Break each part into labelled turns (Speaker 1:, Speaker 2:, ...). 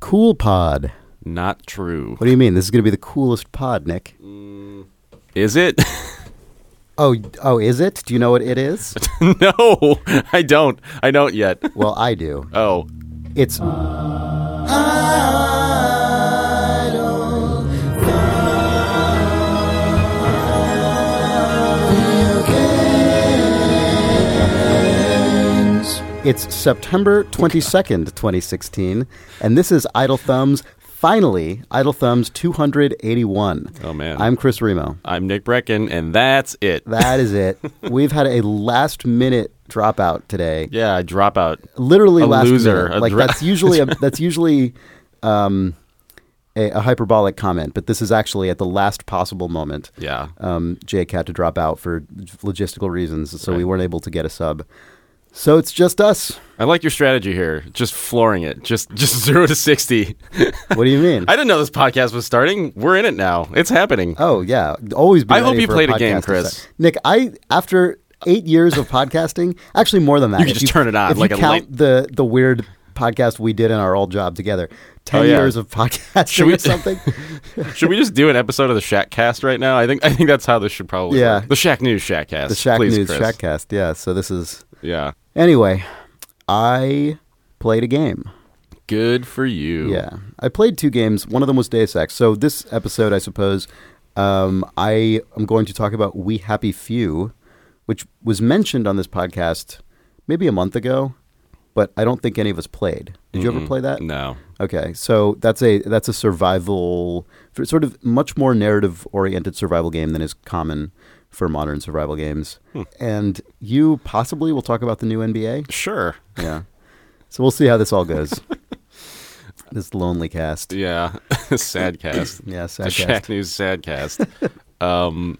Speaker 1: Cool Pod.
Speaker 2: Not true.
Speaker 1: What do you mean? This is going to be the coolest pod, Nick.
Speaker 2: Is it?
Speaker 1: Oh, oh, is it? Do you know what it is?
Speaker 2: no, I don't. I don't yet.
Speaker 1: well, I do.
Speaker 2: Oh,
Speaker 1: It's It's September 22nd, 2016, and this is Idle Thumbs, finally, Idle Thumbs 281.
Speaker 2: Oh, man.
Speaker 1: I'm Chris Remo.
Speaker 2: I'm Nick Brecken, and that's it.
Speaker 1: That is it. We've had a last minute dropout today.
Speaker 2: yeah, dropout.
Speaker 1: literally
Speaker 2: A
Speaker 1: last
Speaker 2: loser,
Speaker 1: minute.
Speaker 2: a
Speaker 1: like
Speaker 2: dra-
Speaker 1: that's usually a, that's usually um, a, a hyperbolic comment, but this is actually at the last possible moment.
Speaker 2: Yeah.
Speaker 1: Um, Jake had to drop out for logistical reasons, so we
Speaker 2: Right.
Speaker 1: weren't able to get a sub. So it's just us.
Speaker 2: I like your strategy here. Just flooring it. Just just 0 to 60.
Speaker 1: What do you mean?
Speaker 2: I didn't know this podcast was starting. We're in it now. It's happening.
Speaker 1: oh yeah, always. Be
Speaker 2: I hope
Speaker 1: ready
Speaker 2: you
Speaker 1: for
Speaker 2: played a game,
Speaker 1: podcast to
Speaker 2: Chris.
Speaker 1: start. Nick, I after eight years of podcasting, actually more than that.
Speaker 2: You can
Speaker 1: if
Speaker 2: just turn it on
Speaker 1: if
Speaker 2: like
Speaker 1: you
Speaker 2: a
Speaker 1: count
Speaker 2: light-
Speaker 1: the the weird podcast we did in our old job together. Ten
Speaker 2: Oh, yeah.
Speaker 1: years of podcasting
Speaker 2: Should we-
Speaker 1: or something.
Speaker 2: should we just do an episode of the Shack Cast right now? I think I think that's how this should probably
Speaker 1: Yeah.
Speaker 2: work. The Shack News Shack Cast.
Speaker 1: The Shack
Speaker 2: Please,
Speaker 1: News
Speaker 2: Chris.
Speaker 1: Shackcast. Yeah. So this is
Speaker 2: Yeah.
Speaker 1: anyway. I played a game.
Speaker 2: Good for you.
Speaker 1: Yeah, I played two games. One of them was Deus Ex. So this episode, I suppose, um, I am going to talk about We Happy Few, which was mentioned on this podcast maybe a month ago, but I don't think any of us played. Did you ever play that?
Speaker 2: No.
Speaker 1: Okay, so that's a that's a survival sort of much more narrative oriented survival game than is common for modern survival games. And you possibly will talk about the new NBA.
Speaker 2: Sure.
Speaker 1: Yeah. so we'll see how this all goes. this lonely cast.
Speaker 2: Yeah. Sad cast.
Speaker 1: Yeah,
Speaker 2: the
Speaker 1: sad
Speaker 2: Shack
Speaker 1: cast.
Speaker 2: News Sadcast. um,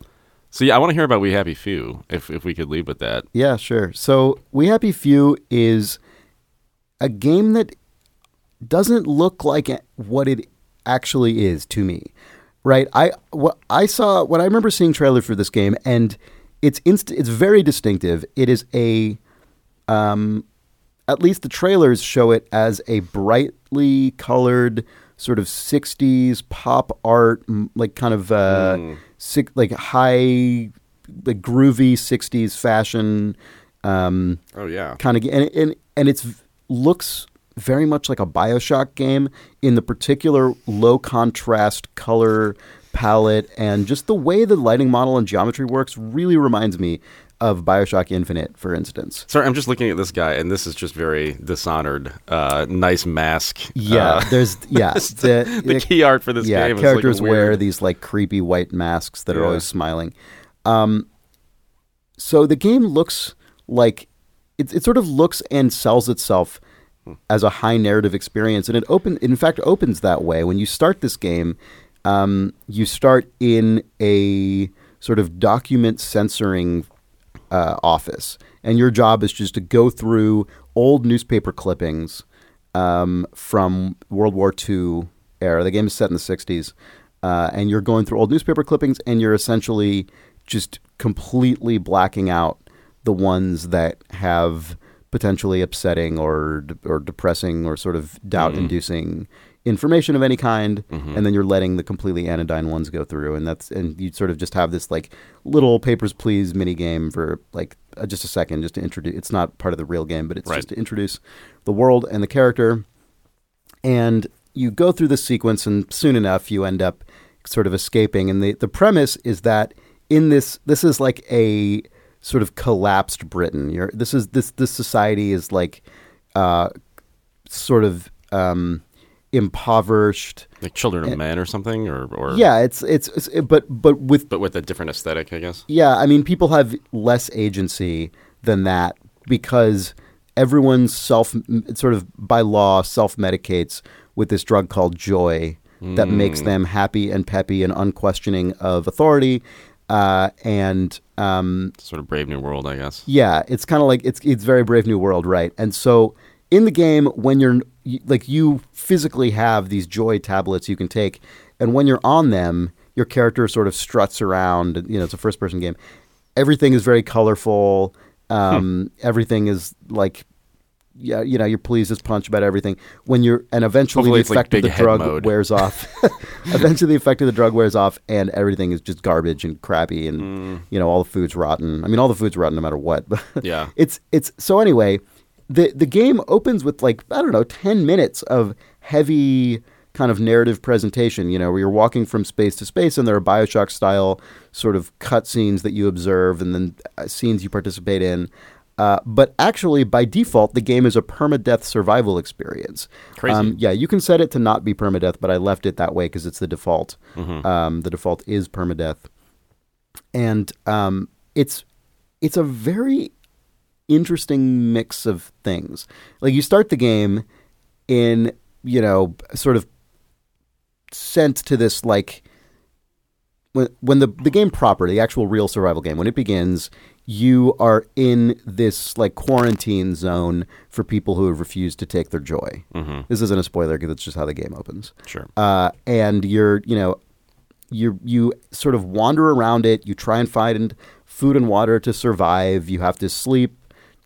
Speaker 2: so yeah, I want to hear about We Happy Few. If if we could leave with that,
Speaker 1: Yeah, sure. So We Happy Few is a game that doesn't look like what it actually is to me. Right? I what I saw what I remember seeing trailer for this game and it's inst- it's very distinctive. It is a at least the trailers show it as a brightly colored sort of 60s pop art m- like kind of uh sick, like high like groovy 60s fashion um
Speaker 2: oh yeah,
Speaker 1: kind of and and and it's v- looks very much like a BioShock game in the particular low contrast color palette and just the way the lighting model and geometry works really reminds me of BioShock Infinite for instance.
Speaker 2: sorry, I'm just looking at this guy, and this is just very dishonored. Uh, nice mask.
Speaker 1: Yeah,
Speaker 2: Uh,
Speaker 1: there's yeah the,
Speaker 2: the key art for this
Speaker 1: yeah
Speaker 2: game. is, like,
Speaker 1: characters wear
Speaker 2: weird.
Speaker 1: these like creepy white masks that are
Speaker 2: Yeah.
Speaker 1: always smiling. Um, so the game looks like it, it sort of looks and sells itself
Speaker 2: Hmm.
Speaker 1: as a high narrative experience, and it open in fact opens that way when you start this game. Um, you start in a sort of document censoring uh, office, and your job is just to go through old newspaper clippings um, from World War II era. The game is set in the 60s, uh, and you're going through old newspaper clippings, and you're essentially just completely blacking out the ones that have potentially upsetting or or depressing or sort of doubt-inducing information of any kind, and then you're letting the completely anodyne ones go through, and that's and you sort of just have this like little papers please mini game for like uh, just a second, just to introduce. It's not part of the real game, but it's
Speaker 2: Right.
Speaker 1: just to introduce the world and the character, and you go through this sequence, and soon enough you end up sort of escaping. And the the premise is that in this this is like a sort of collapsed Britain. You're, this is this this society is like uh, sort of um, impoverished.
Speaker 2: like children of men or something, or or
Speaker 1: Yeah, it's, it's it's but but with
Speaker 2: but with a different aesthetic, I guess.
Speaker 1: yeah, I mean, people have less agency than that because everyone's self, m- sort of by law, self medicates with this drug called joy that makes them happy and peppy and unquestioning of authority. Uh, and um,
Speaker 2: Sort of Brave New World, I guess.
Speaker 1: yeah, it's kind of like it's it's very Brave New World, right? And so in the game, when you're you- like you physically have these joy tablets you can take, and when you're on them, your character sort of struts around. and, You know, it's a first-person game.
Speaker 2: Hmm.
Speaker 1: Everything is very colorful. Um, Everything is like yeah, you know, you're pleased as punch about everything. When you're and eventually
Speaker 2: Hopefully it's
Speaker 1: the
Speaker 2: like
Speaker 1: effect
Speaker 2: big
Speaker 1: of the
Speaker 2: head
Speaker 1: drug
Speaker 2: mode.
Speaker 1: wears off. eventually the effect of the drug wears off and everything is just garbage and crappy and you know, all the food's rotten. I mean all the food's rotten no matter what. But
Speaker 2: Yeah.
Speaker 1: it's it's so anyway, the the game opens with like, I don't know, ten minutes of heavy kind of narrative presentation, you know, where you're walking from space to space and there are Bioshock style sort of cutscenes that you observe and then uh, scenes you participate in. Uh, but actually, by default, the game is a permadeath survival experience. Um,
Speaker 2: Crazy.
Speaker 1: yeah, you can set it to not be permadeath, but I left it that way because it's the default.
Speaker 2: Mm-hmm.
Speaker 1: Um, the default is permadeath, and um, it's it's a very interesting mix of things. Like you start the game in you know sort of sent to this like when when the the game proper, the actual real survival game, when it begins, you are in this like quarantine zone for people who have refused to take their joy. This isn't a spoiler because it's just how the game opens.
Speaker 2: Sure.
Speaker 1: Uh, and you're you know you you sort of wander around it. You try and find food and water to survive. You have to sleep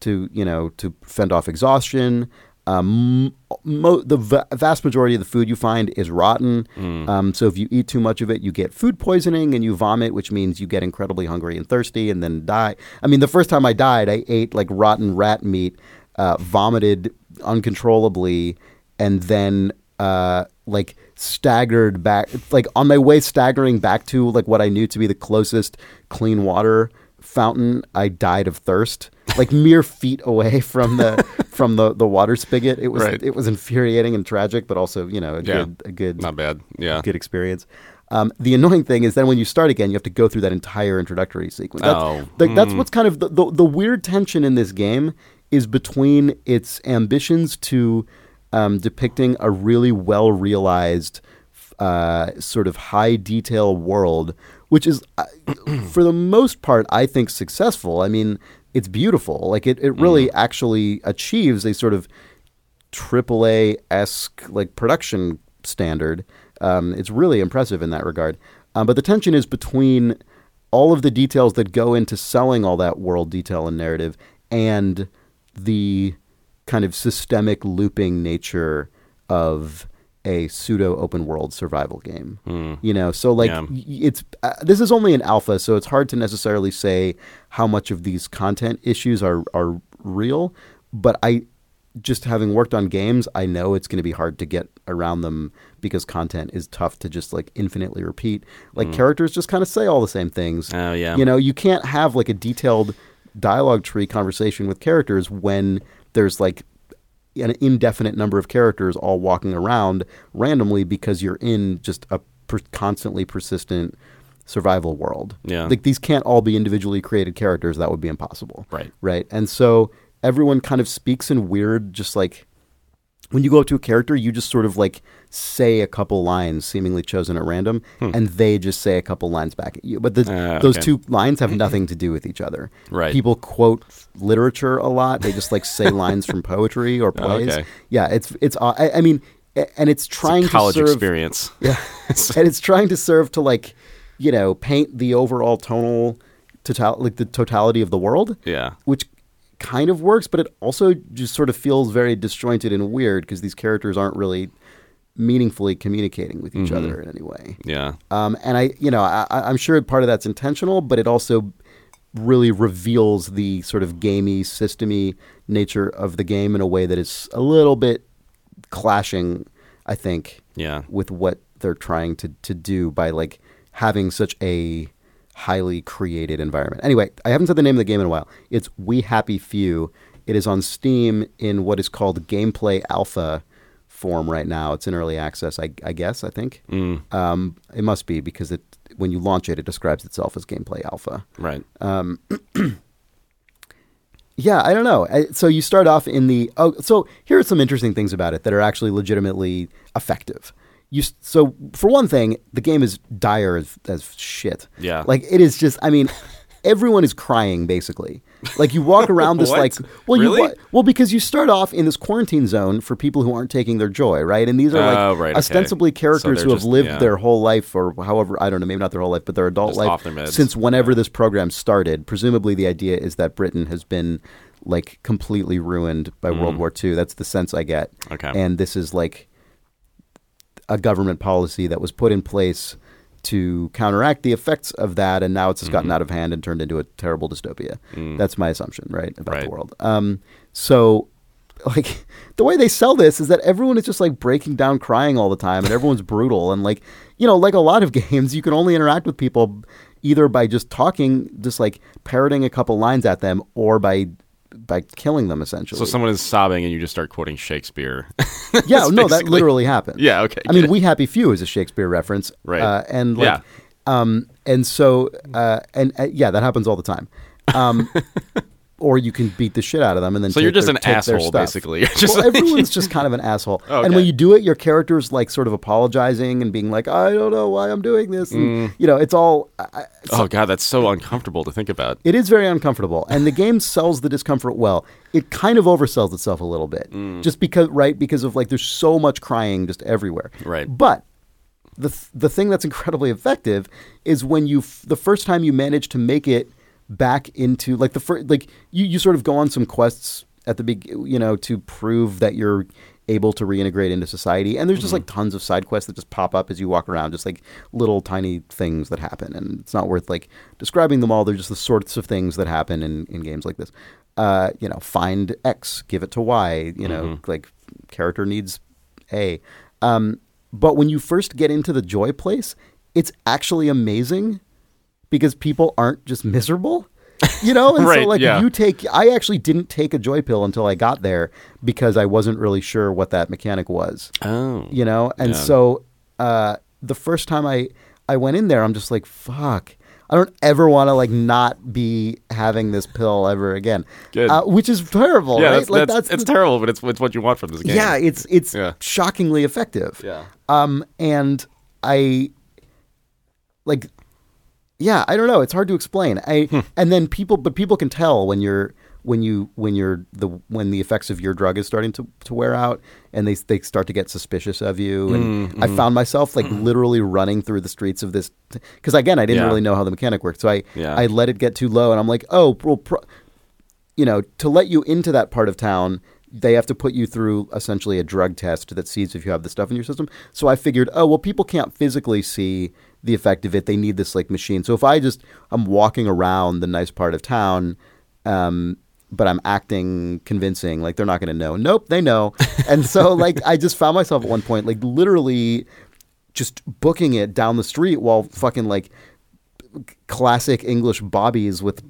Speaker 1: to you know to fend off exhaustion. Um, mo- the va- vast majority of the food you find is rotten. Um, so if you eat too much of it, you get food poisoning and you vomit, which means you get incredibly hungry and thirsty and then die. I mean, the first time I died, I ate like rotten rat meat, uh, vomited uncontrollably, and then uh, like staggered back, like on my way staggering back to like what I knew to be the closest clean water fountain. I died of thirst, like mere feet away from the from the the water spigot. It was
Speaker 2: Right.
Speaker 1: it was infuriating and tragic, but also you know a
Speaker 2: Yeah.
Speaker 1: good a good
Speaker 2: Not bad. Yeah.
Speaker 1: good experience. Um, the annoying thing is then when you start again, you have to go through that entire introductory sequence. That's,
Speaker 2: Oh,
Speaker 1: like, that's what's kind of the, the, the weird tension in this game is between its ambitions to um, depicting a really well realized uh, sort of high detail world, which is uh, for the most part, I think successful. I mean, it's beautiful. Like it, it really
Speaker 2: Mm.
Speaker 1: actually achieves a sort of triple A esque like production standard. Um, it's really impressive in that regard. Um, but the tension is between all of the details that go into selling all that world detail and narrative and the kind of systemic looping nature of a pseudo open world survival game. You know, so like
Speaker 2: Yeah.
Speaker 1: y- it's uh, this is only an alpha, so it's hard to necessarily say how much of these content issues are are real, but I just having worked on games, I know it's going to be hard to get around them because content is tough to just like infinitely repeat. Like characters just kind of say all the same things.
Speaker 2: Oh, yeah.
Speaker 1: You know, you can't have like a detailed dialogue tree conversation with characters when there's like an indefinite number of characters all walking around randomly because you're in just a per- constantly persistent survival world.
Speaker 2: Yeah.
Speaker 1: Like these can't all be individually created characters. That would be impossible.
Speaker 2: Right.
Speaker 1: Right. And so everyone kind of speaks in weird, just like when you go up to a character, you just sort of like say a couple lines, seemingly chosen at random, and they just say a couple lines back at you. But the,
Speaker 2: Hmm. Ah,
Speaker 1: those
Speaker 2: okay.
Speaker 1: two lines have nothing to do with each other.
Speaker 2: Right.
Speaker 1: People quote literature a lot. They just like say lines from poetry or
Speaker 2: Oh,
Speaker 1: plays.
Speaker 2: okay.
Speaker 1: Yeah. It's it's. aw- I, I mean, a- and it's trying
Speaker 2: College
Speaker 1: to serve
Speaker 2: experience.
Speaker 1: yeah. and it's trying to serve to like, you know, paint the overall tonal total like the totality of the world.
Speaker 2: Yeah.
Speaker 1: Which kind of works, but it also just sort of feels very disjointed and weird because these characters aren't really meaningfully communicating with each other in any way.
Speaker 2: Yeah.
Speaker 1: Um, and I, you know, I, I- I'm sure part of that's intentional, but it also really reveals the sort of gamey, systemy nature of the game in a way that is a little bit clashing, I think,
Speaker 2: Yeah.
Speaker 1: with what they're trying to, to do by like having such a highly created environment. Anyway, I haven't said the name of the game in a while. It's We Happy Few. It is on Steam in what is called gameplay alpha form right now. It's in early access, I, I guess, I think. Um, it must be because it when you launch it, it describes itself as gameplay alpha.
Speaker 2: Right.
Speaker 1: Yeah, I don't know. I, so you start off in the oh, so here are some interesting things about it that are actually legitimately effective. You s- so for one thing, the game is dire as, as shit.
Speaker 2: Yeah.
Speaker 1: like it is just. I mean, everyone is crying basically. Like you walk around this
Speaker 2: What?
Speaker 1: like well you
Speaker 2: Really?
Speaker 1: wa- well because you start off in this quarantine zone for people who aren't taking their joy right, and these are like
Speaker 2: Oh, right, okay.
Speaker 1: ostensibly characters
Speaker 2: they're
Speaker 1: who have
Speaker 2: just-
Speaker 1: lived
Speaker 2: yeah.
Speaker 1: their whole life or however I don't know maybe not their whole life but their adult
Speaker 2: Just
Speaker 1: life
Speaker 2: off their meds.
Speaker 1: since whenever this program started. Presumably, the idea is that Britain has been like completely ruined by World War II. That's the sense I get.
Speaker 2: Mm. Okay.
Speaker 1: And this is like a government policy that was put in place to counteract the effects of that, and now it's just
Speaker 2: Mm-hmm.
Speaker 1: gotten out of hand and turned into a terrible dystopia. That's my assumption, right, about
Speaker 2: Mm. Right.
Speaker 1: the world. Um, so, like, the way they sell this is that everyone is just like breaking down, crying all the time, and everyone's brutal, and like, you know, like a lot of games, you can only interact with people either by just talking, just like parroting a couple lines at them, or by by killing them essentially.
Speaker 2: So someone is sobbing and you just start quoting Shakespeare.
Speaker 1: yeah, no, that
Speaker 2: basically-
Speaker 1: literally happened.
Speaker 2: Yeah, okay,
Speaker 1: I
Speaker 2: good.
Speaker 1: mean, we happy few is a Shakespeare reference,
Speaker 2: Right.
Speaker 1: Uh, and like,
Speaker 2: Yeah.
Speaker 1: um, and so, uh, and uh, yeah, that happens all the time. Um, or you can beat the shit out of them, and then
Speaker 2: So you're
Speaker 1: take
Speaker 2: just
Speaker 1: their-
Speaker 2: an
Speaker 1: take their
Speaker 2: asshole,
Speaker 1: stuff.
Speaker 2: basically. You're just
Speaker 1: well,
Speaker 2: like-
Speaker 1: everyone's just kind of an asshole,
Speaker 2: Oh,
Speaker 1: and
Speaker 2: okay.
Speaker 1: when you do it, your character's like sort of apologizing and being like, "I don't know why I'm doing this,"
Speaker 2: Mm.
Speaker 1: and you know, it's all. I- I,
Speaker 2: oh god, that's so uncomfortable to think about.
Speaker 1: it is very uncomfortable, and the game sells the discomfort well. It kind of oversells itself a little bit,
Speaker 2: Mm.
Speaker 1: just because, right? Because of like, there's so much crying just everywhere.
Speaker 2: Right.
Speaker 1: But the th- the thing that's incredibly effective is when you f- the first time you manage to make it back into like the first like you you sort of go on some quests at the big you know to prove that you're able to reintegrate into society and there's just like tons of side quests that just pop up as you walk around just like little tiny things that happen and it's not worth like describing them all they're just the sorts of things that happen in, in games like this uh, you know find x give it to y you know like character needs a. Um, but when you first get into the joy place, it's actually amazing because people aren't just miserable. You know, and
Speaker 2: Right,
Speaker 1: so like
Speaker 2: yeah.
Speaker 1: you take I actually didn't take a joy pill until I got there because I wasn't really sure what that mechanic was
Speaker 2: Oh.
Speaker 1: you know and
Speaker 2: Yeah.
Speaker 1: so uh, the first time i i went in there i'm just like fuck i don't ever want to like not be having this pill ever again
Speaker 2: Good.
Speaker 1: Uh, which is terrible
Speaker 2: Yeah,
Speaker 1: right
Speaker 2: that's, that's, it's
Speaker 1: the-
Speaker 2: terrible, but it's, it's what you want from this game.
Speaker 1: yeah it's it's
Speaker 2: Yeah.
Speaker 1: shockingly effective
Speaker 2: Yeah.
Speaker 1: um and i like yeah i don't know it's hard to explain i and then people but people can tell when you're when you when you're the when the effects of your drug is starting to, to wear out and they they start to get suspicious of you and i found myself like literally running through the streets of this because again i didn't
Speaker 2: Yeah.
Speaker 1: really know how the mechanic worked so i
Speaker 2: Yeah.
Speaker 1: i let it get too low and i'm like oh well pro- you know, to let you into that part of town, they have to put you through essentially a drug test that sees if you have the stuff in your system. So I figured, oh well, people can't physically see the effect of it. They need this like machine. So if I just I'm walking around the nice part of town, um, but I'm acting convincing, like they're not going to know. Nope, they know. And so like I just found myself at one point like literally just booking it down the street while fucking like classic English bobbies with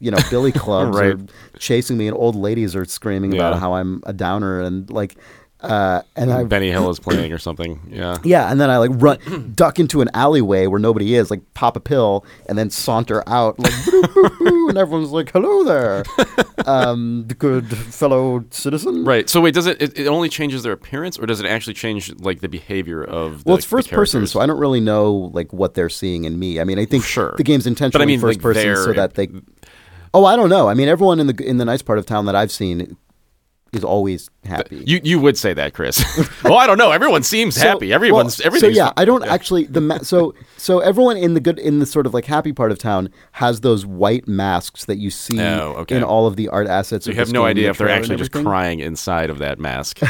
Speaker 1: you know billy clubs
Speaker 2: Right.
Speaker 1: are chasing me, and old ladies are screaming
Speaker 2: Yeah. Hmm.
Speaker 1: about how I'm a downer and like, uh, and I
Speaker 2: Benny Hill is playing or something. Yeah.
Speaker 1: yeah, and then I like run duck into an alleyway where nobody is, like pop a pill, and then saunter out like, and everyone's like, "Hello there, um, good fellow citizen."
Speaker 2: Right. So wait, does it, it it only changes their appearance or does it actually change like the behavior of the
Speaker 1: Well, it's first
Speaker 2: the
Speaker 1: person,
Speaker 2: characters?
Speaker 1: so I don't really know like what they're seeing in me. I mean, I think
Speaker 2: Sure.
Speaker 1: the game's intentionally
Speaker 2: mean,
Speaker 1: first
Speaker 2: like,
Speaker 1: person
Speaker 2: they're-
Speaker 1: so that they. Oh, I don't know. I mean, everyone in the in the nice part of town that I've seen is always happy.
Speaker 2: you you would say that, Chris. well, I don't know. Everyone seems
Speaker 1: So-
Speaker 2: happy. Everyone's
Speaker 1: well,
Speaker 2: everything's
Speaker 1: So yeah,
Speaker 2: fine.
Speaker 1: I don't actually the ma- so so everyone in the good in the sort of like happy part of town has those white masks that you see
Speaker 2: Oh, okay.
Speaker 1: in all of the art assets.
Speaker 2: You
Speaker 1: of
Speaker 2: have
Speaker 1: this
Speaker 2: no
Speaker 1: game,
Speaker 2: idea
Speaker 1: the
Speaker 2: if they're
Speaker 1: trailer and
Speaker 2: actually just
Speaker 1: everything.
Speaker 2: crying inside of that mask.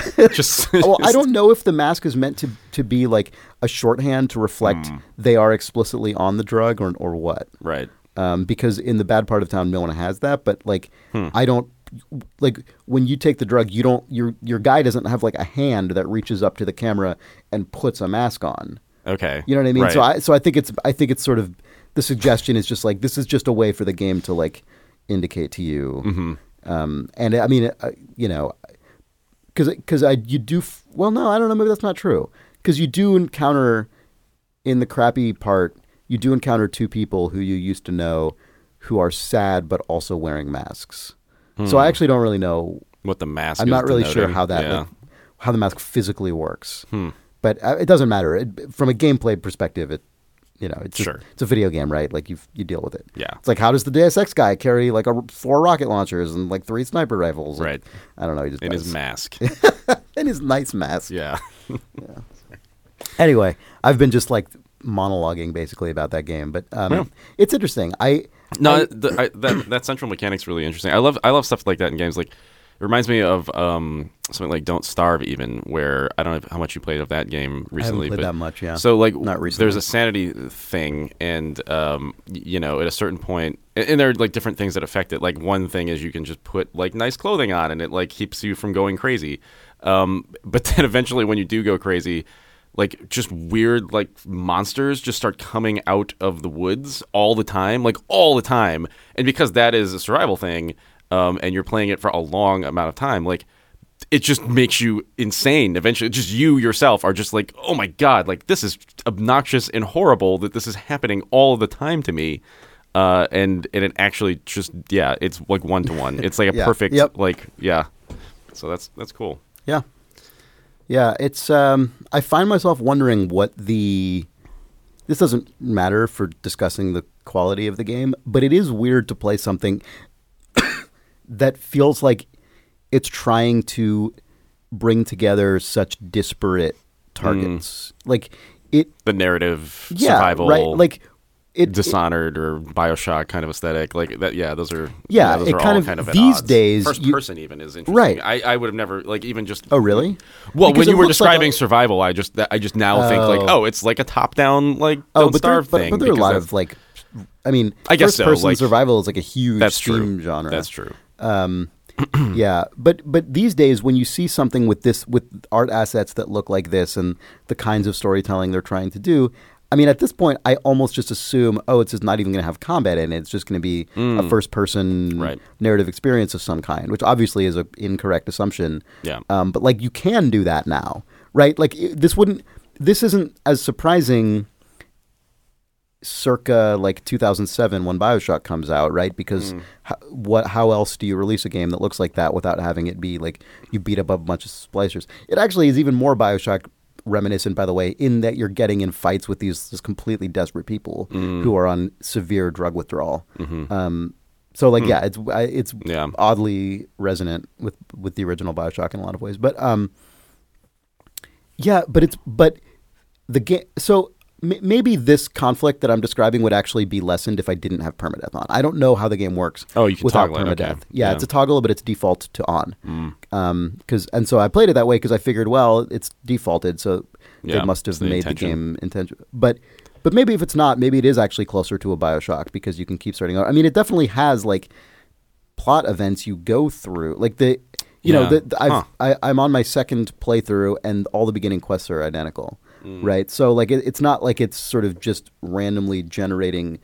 Speaker 2: just
Speaker 1: Well, I don't know if the mask is meant to to be like a shorthand to reflect
Speaker 2: Hmm.
Speaker 1: they are explicitly on the drug or or what.
Speaker 2: right.
Speaker 1: um, because in the bad part of town, no one has that. But like, I don't like when you take the drug, you don't your your guy doesn't have like a hand that reaches up to the camera and puts a mask on.
Speaker 2: Okay.
Speaker 1: You know what I mean? So
Speaker 2: Right.
Speaker 1: I so I think it's I think it's sort of the suggestion is just like this is just a way for the game to like indicate to you.
Speaker 2: Mm-hmm.
Speaker 1: Um, and I mean, uh, you know, because because I you do f- well. No, I don't know. Maybe that's not true. Because you do encounter in the crappy part, you do encounter two people who you used to know who are sad but also wearing masks. So
Speaker 2: Hmm.
Speaker 1: I actually don't really know
Speaker 2: what the mask
Speaker 1: I'm
Speaker 2: is
Speaker 1: not really sure
Speaker 2: denoting.
Speaker 1: how that
Speaker 2: Yeah. Hmm.
Speaker 1: like, how the mask physically works, but uh, it doesn't matter. It, from a gameplay perspective, it you know it's just-
Speaker 2: Sure.
Speaker 1: it's a video game, right? Like you you deal with it.
Speaker 2: Yeah.
Speaker 1: it's like how does the Deus Ex guy carry like a, four rocket launchers and like three sniper rifles? Like,
Speaker 2: Right.
Speaker 1: I don't know. He just
Speaker 2: in
Speaker 1: does.
Speaker 2: his mask.
Speaker 1: in his nice mask.
Speaker 2: yeah.
Speaker 1: Anyway, I've been just like monologuing basically about that game, but um, it's interesting. I
Speaker 2: No, the, I, that that central mechanic's really interesting. I love I love stuff like that in games. Like it reminds me of um, something like Don't Starve, even where I don't know how much you played of that game recently.
Speaker 1: played
Speaker 2: but,
Speaker 1: that much, yeah.
Speaker 2: So like,
Speaker 1: Not recently.
Speaker 2: There's a sanity thing, and um, y- you know, at a certain point, and, and there are like different things that affect it. Like one thing is you can just put like nice clothing on, and it like keeps you from going crazy. Um, but then eventually, when you do go crazy, like just weird like monsters just start coming out of the woods all the time, like all the time. And because that is a survival thing, um, and you're playing it for a long amount of time, like it just makes you insane eventually just you yourself are just like oh my god like this is obnoxious and horrible that this is happening all the time to me uh and and it actually just yeah it's like one to one it's like a
Speaker 1: Yeah.
Speaker 2: perfect
Speaker 1: Yep.
Speaker 2: like yeah so that's that's cool
Speaker 1: Yeah. Yeah, it's um I find myself wondering what the this doesn't matter for discussing the quality of the game, but it is weird to play something that feels like it's trying to bring together such disparate targets. Like it
Speaker 2: the narrative
Speaker 1: yeah,
Speaker 2: Mm. survival
Speaker 1: right? Like it, it
Speaker 2: dishonored or bioshock kind of aesthetic like that yeah those are
Speaker 1: Yeah,
Speaker 2: those
Speaker 1: it
Speaker 2: are
Speaker 1: kind
Speaker 2: all
Speaker 1: of-
Speaker 2: kind of at
Speaker 1: these
Speaker 2: odds.
Speaker 1: days,
Speaker 2: first
Speaker 1: you-
Speaker 2: person even is interesting
Speaker 1: Right.
Speaker 2: i i would have never like even just
Speaker 1: Oh, really?
Speaker 2: Well,
Speaker 1: Because
Speaker 2: when
Speaker 1: it
Speaker 2: you were
Speaker 1: looks like
Speaker 2: describing
Speaker 1: a-
Speaker 2: survival, I just that- I just now think like, oh, it's like a top-down like don't
Speaker 1: Oh, but there,
Speaker 2: starve
Speaker 1: but,
Speaker 2: thing.
Speaker 1: but there are a
Speaker 2: because
Speaker 1: lot
Speaker 2: that's-
Speaker 1: of like, I mean,
Speaker 2: I guess
Speaker 1: first
Speaker 2: so,
Speaker 1: person
Speaker 2: like,
Speaker 1: survival is like a huge
Speaker 2: that's
Speaker 1: theme
Speaker 2: true.
Speaker 1: genre.
Speaker 2: That's true.
Speaker 1: yeah, but but these days when you see something with this with art assets that look like this and the kinds of storytelling they're trying to do, I mean, at this point, I almost just assume, oh, it's just not even going to have combat in it. It's just going to be a first person
Speaker 2: Mm. Right.
Speaker 1: narrative experience of some kind, which obviously is an incorrect assumption.
Speaker 2: Yeah.
Speaker 1: Um, but like you can do that now, right? Like i this wouldn't. This isn't as surprising circa like 2007 when bioshock comes out right because how, what how else do you release a game that looks like that without having it be like you beat up a bunch of splicers it actually is even more bioshock reminiscent by the way in that you're getting in fights with these just completely desperate people who are on severe drug withdrawal um, so like yeah it's I- it's
Speaker 2: Yeah.
Speaker 1: oddly resonant with with the original bioshock in a lot of ways but um yeah, but it's but the game. So m- maybe this conflict that I'm describing would actually be lessened if I didn't have permadeath on. I don't know how the game works.
Speaker 2: Oh, you can
Speaker 1: without
Speaker 2: toggle it, okay.
Speaker 1: permadeath. Yeah,
Speaker 2: Yeah. Mm.
Speaker 1: it's a toggle, but it's default to on. Um, because and so I played it that way because I figured, well, it's defaulted, so
Speaker 2: Yeah,
Speaker 1: they must have
Speaker 2: it's the
Speaker 1: made
Speaker 2: intention.
Speaker 1: the game intentional. But but maybe if it's not, maybe it is actually closer to a Bioshock because you can keep starting out. I mean, it definitely has like plot events you go through, like the. You know,
Speaker 2: Yeah.
Speaker 1: the, the, I've,
Speaker 2: Huh.
Speaker 1: I, I'm on my second playthrough, and all the beginning quests are identical,
Speaker 2: Mm.
Speaker 1: right? So like, it, it's not like it's sort of just randomly generating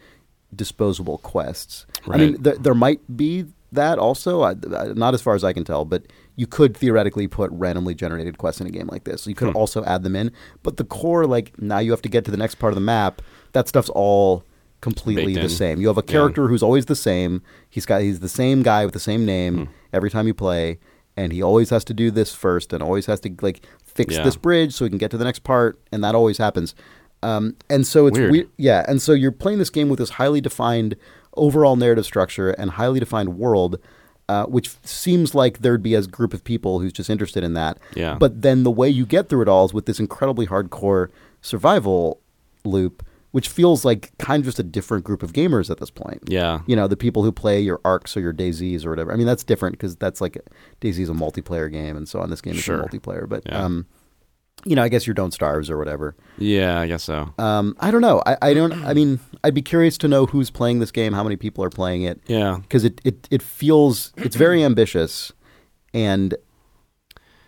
Speaker 1: disposable quests. I mean,
Speaker 2: Right.
Speaker 1: th- there might be that also, I, I- not as far as I can tell, but you could theoretically put randomly generated quests in a game like this. You
Speaker 2: Hmm.
Speaker 1: could also add them in, but the core, like now you have to get to the next part of the map. That stuff's all completely
Speaker 2: Baked
Speaker 1: the
Speaker 2: in.
Speaker 1: same. You have a character who's always the same. He's got he's the same guy with the same name
Speaker 2: Hmm.
Speaker 1: every time you play, and he always has to do this first, and always has to like fix
Speaker 2: Yeah.
Speaker 1: this bridge so we can get to the next part, and that always happens. Um, and so it's
Speaker 2: Weird.
Speaker 1: weird. Yeah, and so you're playing this game with this highly defined overall narrative structure and highly defined world, uh, which seems like there'd be a group of people who's just interested in that.
Speaker 2: Yeah.
Speaker 1: But then the way you get through it all is with this incredibly hardcore survival loop, which feels like kind of just a different group of gamers at this point.
Speaker 2: Yeah.
Speaker 1: You know, the people who play your arcs or your daisies or whatever. I mean, that's different because that's like DayZ is a multiplayer game, and so on this game is
Speaker 2: Sure.
Speaker 1: a multiplayer. But
Speaker 2: Yeah.
Speaker 1: um, you know, I guess your Don't Starves or whatever.
Speaker 2: Yeah, I guess so.
Speaker 1: Um, I don't know. I, I don't. I mean, I'd be curious to know who's playing this game, how many people are playing it,
Speaker 2: Yeah.
Speaker 1: because it, it it feels it's very ambitious, and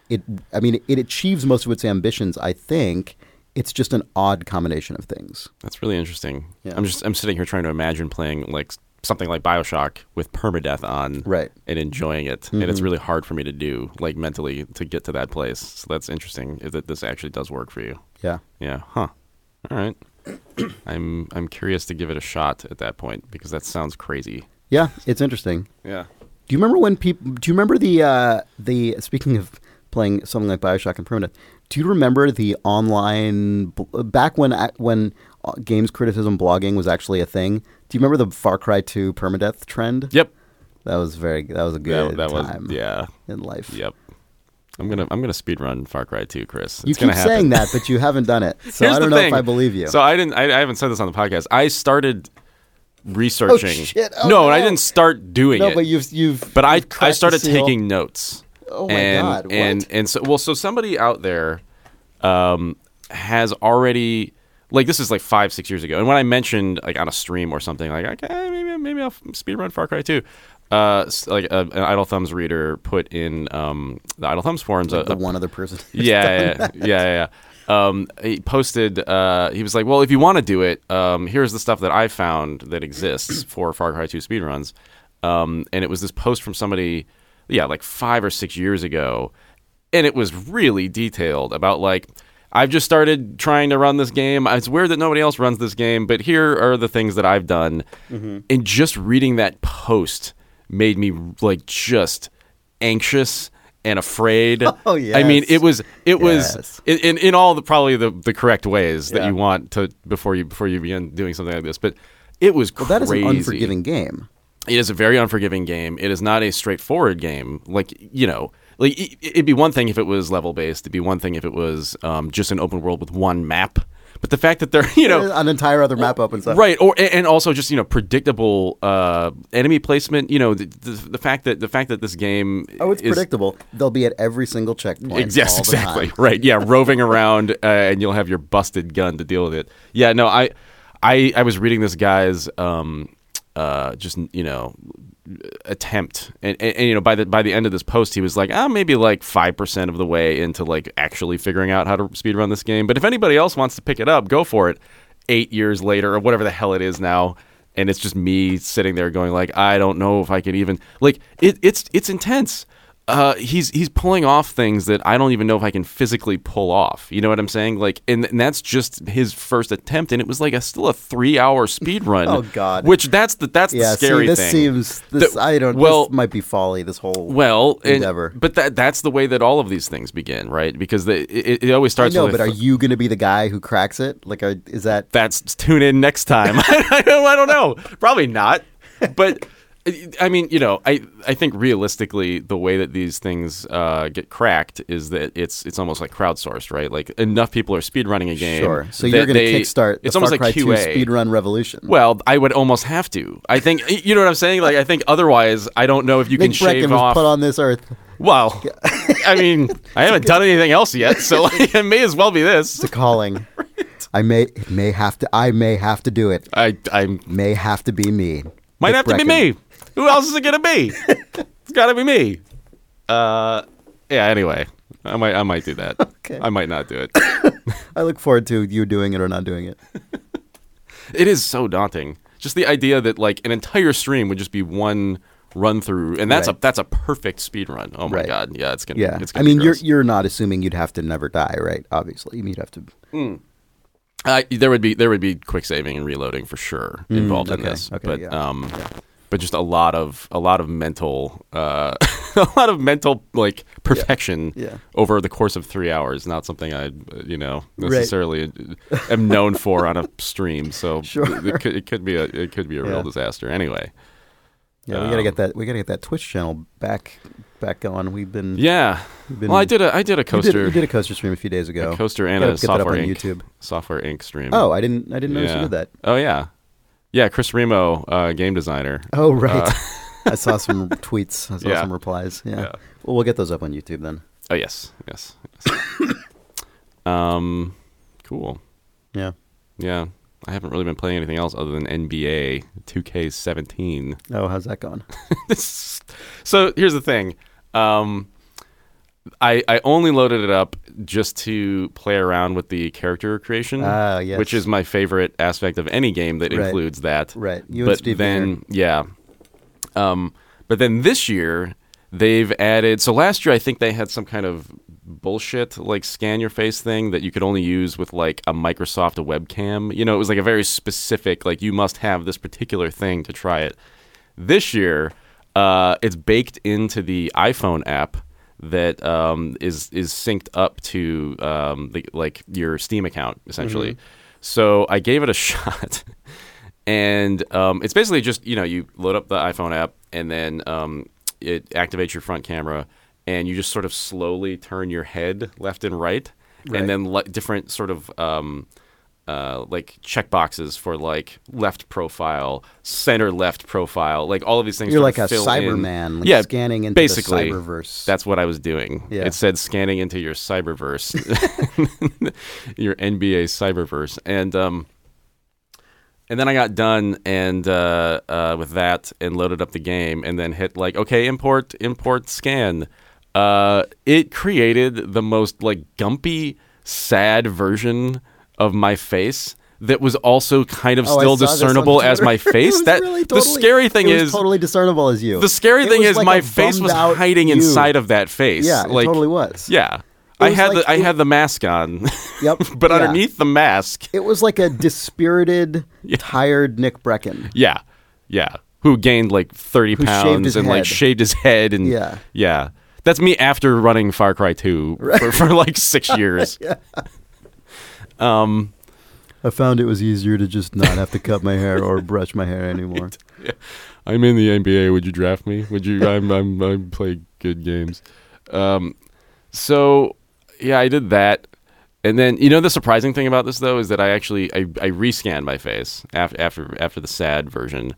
Speaker 1: it. I mean, it achieves most of its ambitions. I think it's just an odd combination of things.
Speaker 2: That's really interesting.
Speaker 1: Yeah.
Speaker 2: I'm just I'm sitting here trying to imagine playing like s- something like BioShock with permadeath on
Speaker 1: Right. Mm-hmm.
Speaker 2: and enjoying it. And it's really hard for me to do like mentally to get to that place. So that's interesting if that this actually does work for you.
Speaker 1: Yeah.
Speaker 2: Yeah. Huh. All right. I'm I'm curious to give it a shot at that point because that sounds crazy.
Speaker 1: Yeah. It's interesting.
Speaker 2: Yeah.
Speaker 1: Do you remember when people? Do you remember the uh, the speaking of playing something like Bioshock and Permanent? Do you remember the online bl- back when a- when uh, games criticism blogging was actually a thing? Do you remember the Far Cry Two permadeath trend?
Speaker 2: Yep.
Speaker 1: that was very that was a good
Speaker 2: That, that was
Speaker 1: time
Speaker 2: yeah.
Speaker 1: in life.
Speaker 2: Yep. I'm gonna I'm gonna speed run Far Cry 2, Chris. It's
Speaker 1: you
Speaker 2: gonna
Speaker 1: keep
Speaker 2: happen.
Speaker 1: saying that, but you haven't done it, so
Speaker 2: Here's
Speaker 1: I don't
Speaker 2: the
Speaker 1: know
Speaker 2: thing.
Speaker 1: if I believe you.
Speaker 2: So I didn't. I, I haven't said this on the podcast. I started researching.
Speaker 1: Oh, shit. Oh,
Speaker 2: no, and I
Speaker 1: no.
Speaker 2: didn't start doing
Speaker 1: No,
Speaker 2: it.
Speaker 1: but you've you've.
Speaker 2: But I
Speaker 1: you've
Speaker 2: I
Speaker 1: cracked the
Speaker 2: started
Speaker 1: seal.
Speaker 2: taking notes.
Speaker 1: Oh my
Speaker 2: and,
Speaker 1: God, what?
Speaker 2: And and so well, so somebody out there um, has already like this is like five six years ago, and when I mentioned like on a stream or something, like okay, maybe maybe I'll speed run Far Cry two. Uh, s- like uh, an Idle Thumbs reader put in um, the Idle Thumbs forums a-
Speaker 1: the
Speaker 2: a
Speaker 1: one other person.
Speaker 2: yeah, yeah, yeah, yeah, yeah. Um, he posted. Uh, he was like, "Well, if you want to do it, um, here's the stuff that I found that exists for Far Cry 2 speedruns." Um, and it was this post from somebody, yeah, like five or six years ago, and it was really detailed about like. I've just started trying to run this game. It's weird that nobody else runs this game, but here are the things that I've done. And just reading that post made me like just anxious and afraid.
Speaker 1: Oh,
Speaker 2: I mean,
Speaker 1: yes.
Speaker 2: it was it
Speaker 1: Yes.
Speaker 2: was in, in in all the probably the, the correct ways that
Speaker 1: Yeah.
Speaker 2: you want to before you before you begin doing something like this. But it was crazy.
Speaker 1: That is an unforgiving game.
Speaker 2: It is a very unforgiving game. It is not a straightforward game. Like you know, like it, it'd be one thing if it was level based. It'd be one thing if it was um, just an open world with one map. But the fact that they're you know
Speaker 1: An entire other map opens up.
Speaker 2: right or and also just you know predictable uh, enemy placement you know the, the, the fact that the fact that this game
Speaker 1: Oh, it's
Speaker 2: is,
Speaker 1: predictable. They'll be at every single checkpoint.
Speaker 2: Ex- Yes,
Speaker 1: all the
Speaker 2: exactly.
Speaker 1: time.
Speaker 2: Right. Yeah, roving around, uh, and you'll have your busted gun to deal with it. Yeah. No, I, I, I was reading this guy's, um, uh, just you know, attempt, and, and, and you know, by the by the end of this post, he was like, ah, maybe like five percent of the way into like actually figuring out how to speedrun this game. But if anybody else wants to pick it up, go for it. Eight years later, or whatever the hell it is now. And it's just me sitting there going like, I don't know if I can even like it, it's it's intense uh, he's he's pulling off things that I don't even know if I can physically pull off. You know what I'm saying? Like, and, and that's just his first attempt, and it was like a still a three hour speed run.
Speaker 1: Oh, God.
Speaker 2: Which that's the that's
Speaker 1: Yeah.
Speaker 2: the scary
Speaker 1: see, this
Speaker 2: thing.
Speaker 1: seems. This
Speaker 2: The-
Speaker 1: I don't.
Speaker 2: well-
Speaker 1: this might be folly. This whole.
Speaker 2: well, and-
Speaker 1: endeavor.
Speaker 2: but that that's the way that all of these things begin, right? Because the, it, it always
Speaker 1: I
Speaker 2: starts.
Speaker 1: know,
Speaker 2: with
Speaker 1: but are you going to be the guy who cracks it? Like, are, is that?
Speaker 2: that's tune in next time. I, don't, I don't know. Probably not. But I mean, you know, I I think realistically, the way that these things uh, get cracked is that it's it's almost like crowdsourced, right? Like enough people are speedrunning a game.
Speaker 1: Sure. So
Speaker 2: that
Speaker 1: you're going
Speaker 2: they-
Speaker 1: to kickstart. The
Speaker 2: It's almost
Speaker 1: Far Cry
Speaker 2: like
Speaker 1: 2
Speaker 2: QA.
Speaker 1: speedrun revolution.
Speaker 2: well, I would almost have to. I think you know what I'm saying. Like I think otherwise, I don't know if you
Speaker 1: Nick
Speaker 2: can shave
Speaker 1: Brecken was
Speaker 2: off.
Speaker 1: put on this earth.
Speaker 2: well, I mean, I haven't done anything else yet, so like, it may as well be this.
Speaker 1: It's a calling. I may it may have to. I may have to do it.
Speaker 2: I I'm
Speaker 1: May have to be me.
Speaker 2: Might
Speaker 1: Nick
Speaker 2: have to be
Speaker 1: Brecken.
Speaker 2: me. Who else is it gonna be? it's gotta be me. Uh, yeah. Anyway, I might I might do that.
Speaker 1: Okay.
Speaker 2: I might not do it.
Speaker 1: I look forward to you doing it or not doing it.
Speaker 2: it is so daunting. Just the idea that like an entire stream would just be one run through, and that's a
Speaker 1: Right.
Speaker 2: that's a perfect speed run. Oh my
Speaker 1: Right.
Speaker 2: god. Yeah. It's gonna.
Speaker 1: Yeah.
Speaker 2: It's
Speaker 1: I
Speaker 2: gonna be
Speaker 1: mean, you're
Speaker 2: gross.
Speaker 1: you're not assuming you'd have to never die, right? Obviously, you'd have to.
Speaker 2: Uh, there would be there would be quick saving and reloading for sure involved in
Speaker 1: Mm, okay,
Speaker 2: this,
Speaker 1: okay,
Speaker 2: but
Speaker 1: yeah,
Speaker 2: um, but just a lot of a lot of mental uh, a lot of mental like perfection
Speaker 1: yeah.
Speaker 2: over the course of three hours. Not something I uh, you know
Speaker 1: Right.
Speaker 2: necessarily am known for on a stream. So
Speaker 1: Sure.
Speaker 2: th- it, could, it could be a it could be a
Speaker 1: Yeah.
Speaker 2: real disaster. Anyway,
Speaker 1: Yeah, we gotta get
Speaker 2: Um,
Speaker 1: that. We gotta get that Twitch channel back back going. We've been.
Speaker 2: yeah.
Speaker 1: Been-
Speaker 2: well, I did a I did
Speaker 1: You
Speaker 2: a
Speaker 1: did,
Speaker 2: coaster
Speaker 1: you did a coaster stream a few days ago.
Speaker 2: coaster and
Speaker 1: Gotta
Speaker 2: a
Speaker 1: get that up
Speaker 2: software
Speaker 1: on
Speaker 2: Inc.
Speaker 1: YouTube.
Speaker 2: software Inc. stream.
Speaker 1: Oh, I didn't. I didn't notice you did that.
Speaker 2: Oh yeah, yeah. Chris Remo, uh, game designer.
Speaker 1: Oh right. I saw some tweets. I saw
Speaker 2: Yeah.
Speaker 1: some replies. Yeah.
Speaker 2: Yeah.
Speaker 1: Well, we'll get those up on YouTube then.
Speaker 2: Oh yes, yes. yes. um, cool.
Speaker 1: Yeah.
Speaker 2: Yeah, I haven't really been playing anything else other than NBA 2K17.
Speaker 1: Oh, how's that going?
Speaker 2: This- so here's the thing. Um, I I only loaded it up just to play around with the character creation,
Speaker 1: Ah, yes.
Speaker 2: which is my favorite aspect of any game that
Speaker 1: Right.
Speaker 2: includes that.
Speaker 1: Right. You
Speaker 2: but
Speaker 1: and Steve
Speaker 2: then
Speaker 1: Maynard.
Speaker 2: yeah, um, but then this year they've added. So last year I think they had some kind of bullshit like scan your face thing that you could only use with like a Microsoft webcam. You know, it was like a very specific like you must have this particular thing to try it. This year, uh, it's baked into the iPhone app that um, is is synced up to um, the, like your Steam account essentially. So I gave it a shot. and um, it's basically just you know you load up the iphone app and then um, it activates your front camera and you just sort of slowly turn your head left and right,
Speaker 1: Right.
Speaker 2: and then le- different sort of um, uh, like check boxes for like left profile, center left profile, like all of these things.
Speaker 1: You're
Speaker 2: sort
Speaker 1: like
Speaker 2: of
Speaker 1: a
Speaker 2: fill
Speaker 1: Cyberman,
Speaker 2: in.
Speaker 1: like
Speaker 2: yeah,
Speaker 1: scanning into the
Speaker 2: basically,
Speaker 1: cyberverse.
Speaker 2: That's what I was doing.
Speaker 1: Yeah.
Speaker 2: It said scanning into your cyberverse, your NBA cyberverse, and um, and then I got done and uh, uh, with that and loaded up the game and then hit like okay import import scan. Uh, it created the most like gumpy, sad version of my face that was also kind of
Speaker 1: Oh, I
Speaker 2: still
Speaker 1: saw this on
Speaker 2: discernible as
Speaker 1: Twitter.
Speaker 2: my
Speaker 1: It
Speaker 2: face.
Speaker 1: was
Speaker 2: that
Speaker 1: really
Speaker 2: the
Speaker 1: totally-
Speaker 2: scary thing
Speaker 1: it was
Speaker 2: is
Speaker 1: totally discernible as you.
Speaker 2: the scary
Speaker 1: It
Speaker 2: thing
Speaker 1: was
Speaker 2: is
Speaker 1: like
Speaker 2: my
Speaker 1: a
Speaker 2: face was
Speaker 1: bummed-out
Speaker 2: hiding
Speaker 1: you.
Speaker 2: inside of that face.
Speaker 1: Yeah, it
Speaker 2: like,
Speaker 1: totally was.
Speaker 2: Yeah, I
Speaker 1: was
Speaker 2: had
Speaker 1: like-
Speaker 2: the I
Speaker 1: it-
Speaker 2: had the mask on,
Speaker 1: Yep.
Speaker 2: but
Speaker 1: yeah.
Speaker 2: underneath the mask,
Speaker 1: it was like a dispirited,
Speaker 2: Yeah.
Speaker 1: tired Nick Brecken.
Speaker 2: yeah, yeah, who gained like thirty
Speaker 1: Who shaved
Speaker 2: pounds
Speaker 1: his
Speaker 2: and like
Speaker 1: head.
Speaker 2: shaved his head and
Speaker 1: Yeah.
Speaker 2: yeah. That's me after running Far Cry Two for, for like six years. Um,
Speaker 1: I found it was easier to just not have to cut my hair or brush my hair anymore.
Speaker 2: I'm in the NBA. Would you draft me? Would you? I'm I'm I play good games. Um, so yeah, I did that, and then you know the surprising thing about this though is that I actually I I rescanned my face after after after the sad version,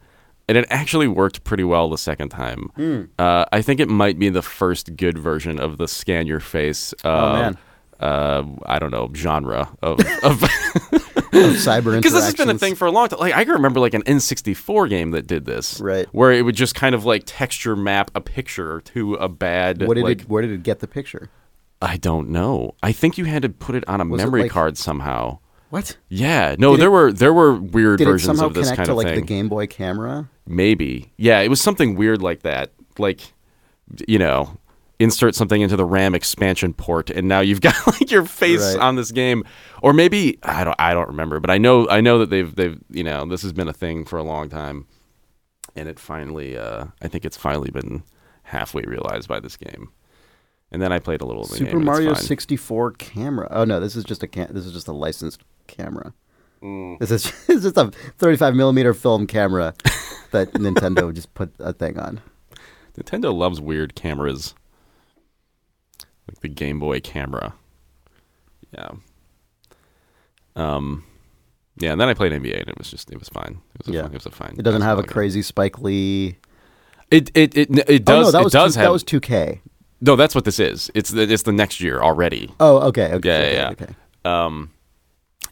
Speaker 2: and it actually worked pretty well the second time. Uh, I think it might be the first good version of the scan your face. Uh,
Speaker 1: man.
Speaker 2: Uh, I don't know genre of of
Speaker 1: Cyber
Speaker 2: because this has been a
Speaker 1: interactions.
Speaker 2: thing for a long time. Like I can remember like an N64 game that did this,
Speaker 1: Right.
Speaker 2: Where it would just kind of like texture map a picture to a bad.
Speaker 1: What did
Speaker 2: like,
Speaker 1: it? Where did it get the picture?
Speaker 2: I don't know. I think you had to put it on a
Speaker 1: Was it
Speaker 2: memory
Speaker 1: like-
Speaker 2: card somehow.
Speaker 1: What
Speaker 2: Yeah, no,
Speaker 1: Did it-
Speaker 2: there were there were weird
Speaker 1: did it
Speaker 2: versions
Speaker 1: somehow
Speaker 2: of this
Speaker 1: connect
Speaker 2: kind
Speaker 1: to
Speaker 2: of
Speaker 1: like
Speaker 2: thing.
Speaker 1: the Game Boy camera?
Speaker 2: Maybe, yeah, it was something weird like that. Like, you know, insert something into the RAM expansion port, and now you've got like your face
Speaker 1: Right.
Speaker 2: on this game, or maybe I don't I don't remember, but I know I know that they've they've you know this has been a thing for a long time, and it finally uh, I think it's finally been halfway realized by this game, and then I played a little of the
Speaker 1: Super
Speaker 2: game. and it's
Speaker 1: Mario
Speaker 2: fine.
Speaker 1: 64 camera. Oh no, this is just a cam- this is just a licensed camera.
Speaker 2: Mm.
Speaker 1: This is it's just a 35 millimeter film camera that Nintendo just put a thing on.
Speaker 2: Nintendo loves weird cameras, like the Game Boy camera. Yeah. Um, yeah, and then I played NBA, and it was just it was fine. It was a
Speaker 1: Yeah.
Speaker 2: fine, it was a fine.
Speaker 1: It doesn't have a
Speaker 2: basketball game.
Speaker 1: crazy Spike Lee.
Speaker 2: It it it, it
Speaker 1: oh no,
Speaker 2: does
Speaker 1: that
Speaker 2: it
Speaker 1: was
Speaker 2: does
Speaker 1: two,
Speaker 2: have
Speaker 1: that was 2K.
Speaker 2: no. That's what this is. It's the, it's the next year already.
Speaker 1: Oh, okay, okay,
Speaker 2: Yeah,
Speaker 1: okay,
Speaker 2: yeah, yeah.
Speaker 1: okay.
Speaker 2: Um,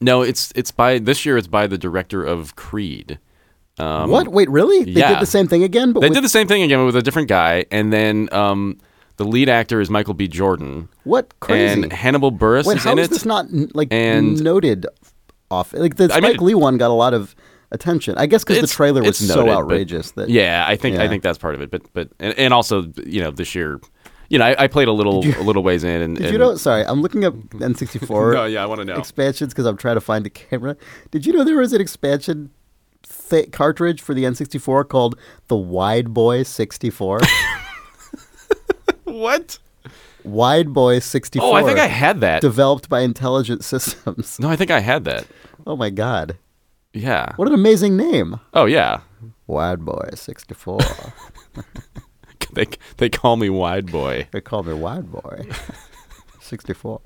Speaker 2: no, it's it's by this year. It's by the director of Creed. Um,
Speaker 1: what? Wait, really? They
Speaker 2: yeah.
Speaker 1: did the same thing again, but
Speaker 2: They
Speaker 1: with,
Speaker 2: did the same thing again with a different guy, and then um, the lead actor is Michael B. Jordan.
Speaker 1: what crazy?
Speaker 2: And Hannibal Burris
Speaker 1: Wait,
Speaker 2: is
Speaker 1: how
Speaker 2: in
Speaker 1: is
Speaker 2: it.
Speaker 1: this not n- like
Speaker 2: and-
Speaker 1: noted off? Like the
Speaker 2: I
Speaker 1: Spike
Speaker 2: mean, it-
Speaker 1: Lee one got a lot of attention. I guess because the
Speaker 2: It's-
Speaker 1: trailer was
Speaker 2: it's
Speaker 1: so
Speaker 2: noted, but-
Speaker 1: outrageous that
Speaker 2: yeah, I think I
Speaker 1: Yeah.
Speaker 2: think that's part of it. But but and, and also you know this year, you know I, I played a little a little ways in. And,
Speaker 1: Did
Speaker 2: and
Speaker 1: you know? Sorry, I'm looking up N64
Speaker 2: No, yeah, I want to know.
Speaker 1: expansions because I'm trying to find the camera. Did you know there was an expansion th- cartridge for the N64 called the Wide Boy 64?
Speaker 2: what?
Speaker 1: Wide Boy 64.
Speaker 2: Oh, I think I had that.
Speaker 1: Developed by Intelligent Systems.
Speaker 2: no, I think I had that.
Speaker 1: Oh my God.
Speaker 2: Yeah.
Speaker 1: What an amazing name.
Speaker 2: Oh yeah.
Speaker 1: Wide Boy 64.
Speaker 2: They they call me Wide Boy.
Speaker 1: they call me Wide Boy 64.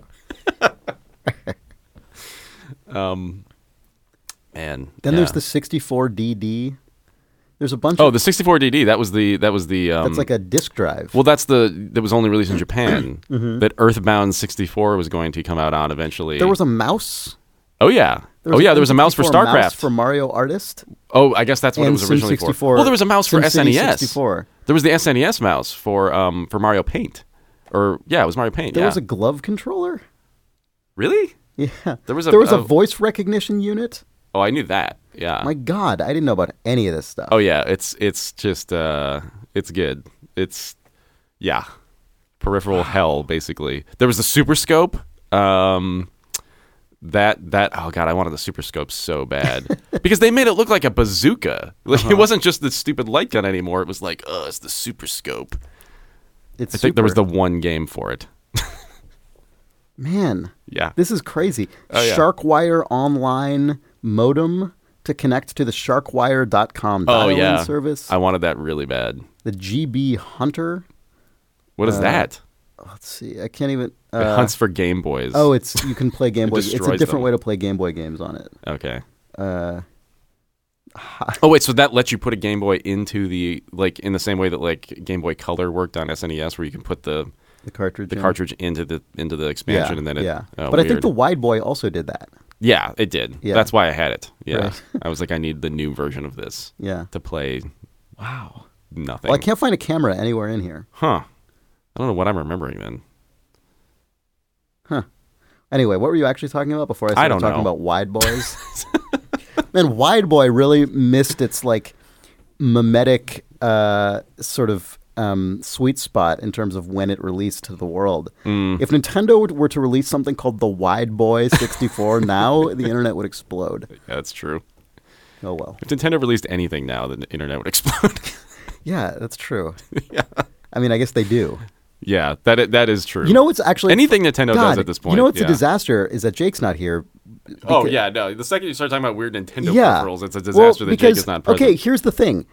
Speaker 2: Um, man.
Speaker 1: Then
Speaker 2: yeah.
Speaker 1: there's the 64DD. There's a bunch
Speaker 2: oh
Speaker 1: of.
Speaker 2: the 64DD. That was the that was the um,
Speaker 1: That's like a disc drive.
Speaker 2: Well, that's the that was only released in Japan. That Earthbound 64 was going to come out on eventually.
Speaker 1: Mm-hmm. there was a mouse.
Speaker 2: oh yeah,
Speaker 1: There
Speaker 2: oh
Speaker 1: was
Speaker 2: yeah,
Speaker 1: an
Speaker 2: there was a mouse for
Speaker 1: N64
Speaker 2: StarCraft.
Speaker 1: for Mario Artist.
Speaker 2: Oh, I guess that's what
Speaker 1: and
Speaker 2: it was
Speaker 1: Sim
Speaker 2: originally
Speaker 1: 64.
Speaker 2: for. Well, there was a mouse for E
Speaker 1: SimCity
Speaker 2: SNES.
Speaker 1: 64.
Speaker 2: There was the SNES mouse for um for Mario Paint, or yeah, it was Mario Paint.
Speaker 1: There
Speaker 2: yeah.
Speaker 1: was a glove controller.
Speaker 2: really?
Speaker 1: Yeah.
Speaker 2: There was a-
Speaker 1: a
Speaker 2: oh.
Speaker 1: voice recognition unit.
Speaker 2: Oh, I knew that. Yeah.
Speaker 1: My God, I didn't know about any of this stuff.
Speaker 2: oh yeah, it's it's just uh it's good. It's yeah, peripheral hell basically. There was the Super Scope. Um, that that oh god, I wanted the Super Scope so bad because they made it look like a bazooka. Like
Speaker 1: Uh-huh.
Speaker 2: it wasn't just the stupid light gun anymore. It was like oh, it's the Super Scope.
Speaker 1: it's
Speaker 2: I think there was the
Speaker 1: super.
Speaker 2: one game for it.
Speaker 1: man.
Speaker 2: Yeah.
Speaker 1: This is crazy.
Speaker 2: Oh, yeah.
Speaker 1: Sharkwire online modem to connect to the sharkwire.com
Speaker 2: Oh,
Speaker 1: dial-in service.
Speaker 2: I wanted that really bad.
Speaker 1: the GB Hunter.
Speaker 2: What is that?
Speaker 1: let's see. I can't even.
Speaker 2: It
Speaker 1: Uh,
Speaker 2: hunts for Game Boys.
Speaker 1: oh, it's you can play Game Boy. it's a
Speaker 2: destroys
Speaker 1: different
Speaker 2: them.
Speaker 1: way to play Game Boy games on it.
Speaker 2: okay.
Speaker 1: Uh,
Speaker 2: Oh wait, so that lets you put a Game Boy into the like in the same way that like Game Boy Color worked on SNES, where you can put the
Speaker 1: the cartridge.
Speaker 2: the
Speaker 1: in.
Speaker 2: cartridge into the into the expansion, and then it,
Speaker 1: yeah.
Speaker 2: oh,
Speaker 1: but I think
Speaker 2: weird.
Speaker 1: the Wide Boy also did that.
Speaker 2: yeah, it did.
Speaker 1: Yeah.
Speaker 2: That's why I had it. Yeah,
Speaker 1: Right.
Speaker 2: I was like, I need the new version of this
Speaker 1: Yeah.
Speaker 2: to play. Wow, nothing.
Speaker 1: Well, I can't find a camera anywhere in here.
Speaker 2: Huh. I don't know what I'm remembering then.
Speaker 1: Anyway, what were you actually talking about before I started
Speaker 2: don't
Speaker 1: talking
Speaker 2: know.
Speaker 1: about wide boys? Man, wide boy really missed its like mimetic uh, sort of um, sweet spot in terms of when it released to the world.
Speaker 2: Mm.
Speaker 1: If Nintendo were to release something called the Wide Boy 64 now, the internet would explode.
Speaker 2: Yeah, that's true.
Speaker 1: Oh well.
Speaker 2: If Nintendo released anything now, the internet would explode.
Speaker 1: Yeah, that's true. I mean, I guess they do.
Speaker 2: yeah, that i- that is true.
Speaker 1: You know what's actually
Speaker 2: anything Nintendo
Speaker 1: God,
Speaker 2: does Oh, at this point.
Speaker 1: You know what's
Speaker 2: yeah.
Speaker 1: a disaster is that Jake's not here.
Speaker 2: Oh
Speaker 1: Beca-
Speaker 2: yeah, no. The second you start talking about weird Nintendo
Speaker 1: yeah.
Speaker 2: peripherals, it's a disaster
Speaker 1: Well,
Speaker 2: that
Speaker 1: because-
Speaker 2: Jake is not present.
Speaker 1: Okay, here's the thing.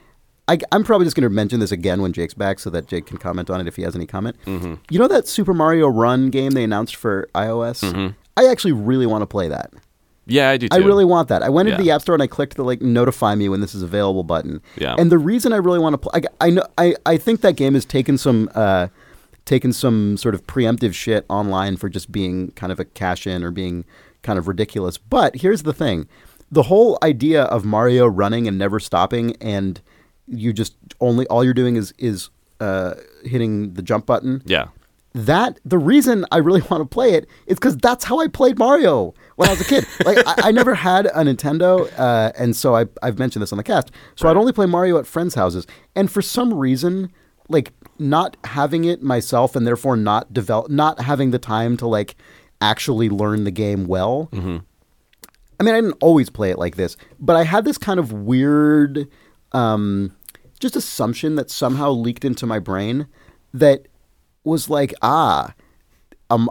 Speaker 1: I, am probably just going to mention this again when Jake's back so that Jake can comment on it if he has any comment.
Speaker 2: Mm-hmm.
Speaker 1: You know that Super Mario Run game they announced for iOS?
Speaker 2: Mm-hmm.
Speaker 1: I actually really want to play that.
Speaker 2: Yeah, I do. Too.
Speaker 1: I really want that. I went into
Speaker 2: Yeah.
Speaker 1: the App Store and I clicked the like notify me when this is available button.
Speaker 2: Yeah.
Speaker 1: And the reason I really want to play, I, I know, I, I think that game has taken some, uh, taken some sort of preemptive shit online for just being kind of a cash in or being kind of ridiculous. But here's the thing: the whole idea of Mario running and never stopping, and you just only all you're doing is is uh, hitting the jump button
Speaker 2: Yeah.
Speaker 1: that the reason I really want to play it is because that's how I played Mario when I was a kid. like I, I never had a Nintendo, uh, and so I, I've mentioned this on the cast. So I'd only play Mario at friends' houses, and for some reason, like not having it myself, and therefore not develop, not having the time to like actually learn the game well. I mean, I didn't always play it like this, but I had this kind of weird, um, just assumption that somehow leaked into my brain that was like, ah, um,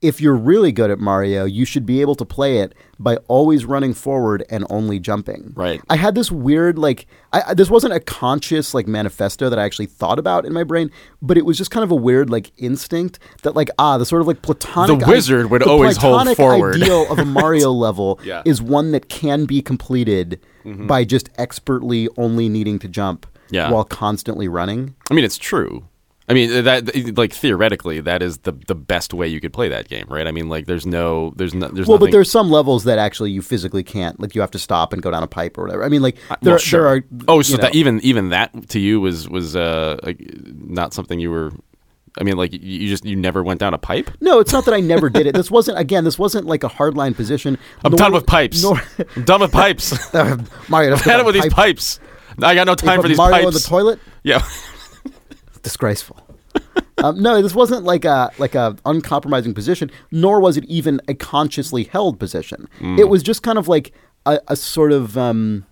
Speaker 1: if you're really good at Mario, you should be able to play it by always running forward and only jumping.
Speaker 2: Right.
Speaker 1: I had this weird like I, I- this wasn't a conscious like manifesto that I actually thought about in my brain, but it was just kind of a weird like instinct that like ah the sort of like platonic
Speaker 2: The wizard would
Speaker 1: the
Speaker 2: always hold
Speaker 1: platonic
Speaker 2: forward.
Speaker 1: ideal of a Mario level
Speaker 2: Yeah. Mm-hmm.
Speaker 1: is one that can be completed by just expertly only needing to jump
Speaker 2: Yeah.
Speaker 1: while constantly running.
Speaker 2: I mean, it's true. I mean, uh, that like theoretically, that is the the best way you could play that game, right? I mean, like there's no there's no there's
Speaker 1: Well,
Speaker 2: nothing,
Speaker 1: but there's some levels that actually you physically can't. Like you have to stop and go down a pipe or whatever. I mean, like there,
Speaker 2: well,
Speaker 1: are-
Speaker 2: sure.
Speaker 1: there are.
Speaker 2: oh, so
Speaker 1: you know,
Speaker 2: that even even that to you was was uh like, not something you were. I mean, like you- you just you never went down a pipe.
Speaker 1: no, it's not that I never did it. This wasn't again. This wasn't like a hardline position.
Speaker 2: I'm
Speaker 1: nor-
Speaker 2: done with pipes.
Speaker 1: nor-
Speaker 2: I'm done with pipes.
Speaker 1: Mario, let's go
Speaker 2: Had
Speaker 1: down
Speaker 2: it with
Speaker 1: a
Speaker 2: these
Speaker 1: pipe.
Speaker 2: pipes. I got no
Speaker 1: They
Speaker 2: time
Speaker 1: put
Speaker 2: for these
Speaker 1: Mario in
Speaker 2: pipes.
Speaker 1: the toilet.
Speaker 2: yeah,
Speaker 1: disgraceful. um, no, this wasn't like a like a uncompromising position, nor was it even a consciously held position. It was just kind of like a, a sort of um,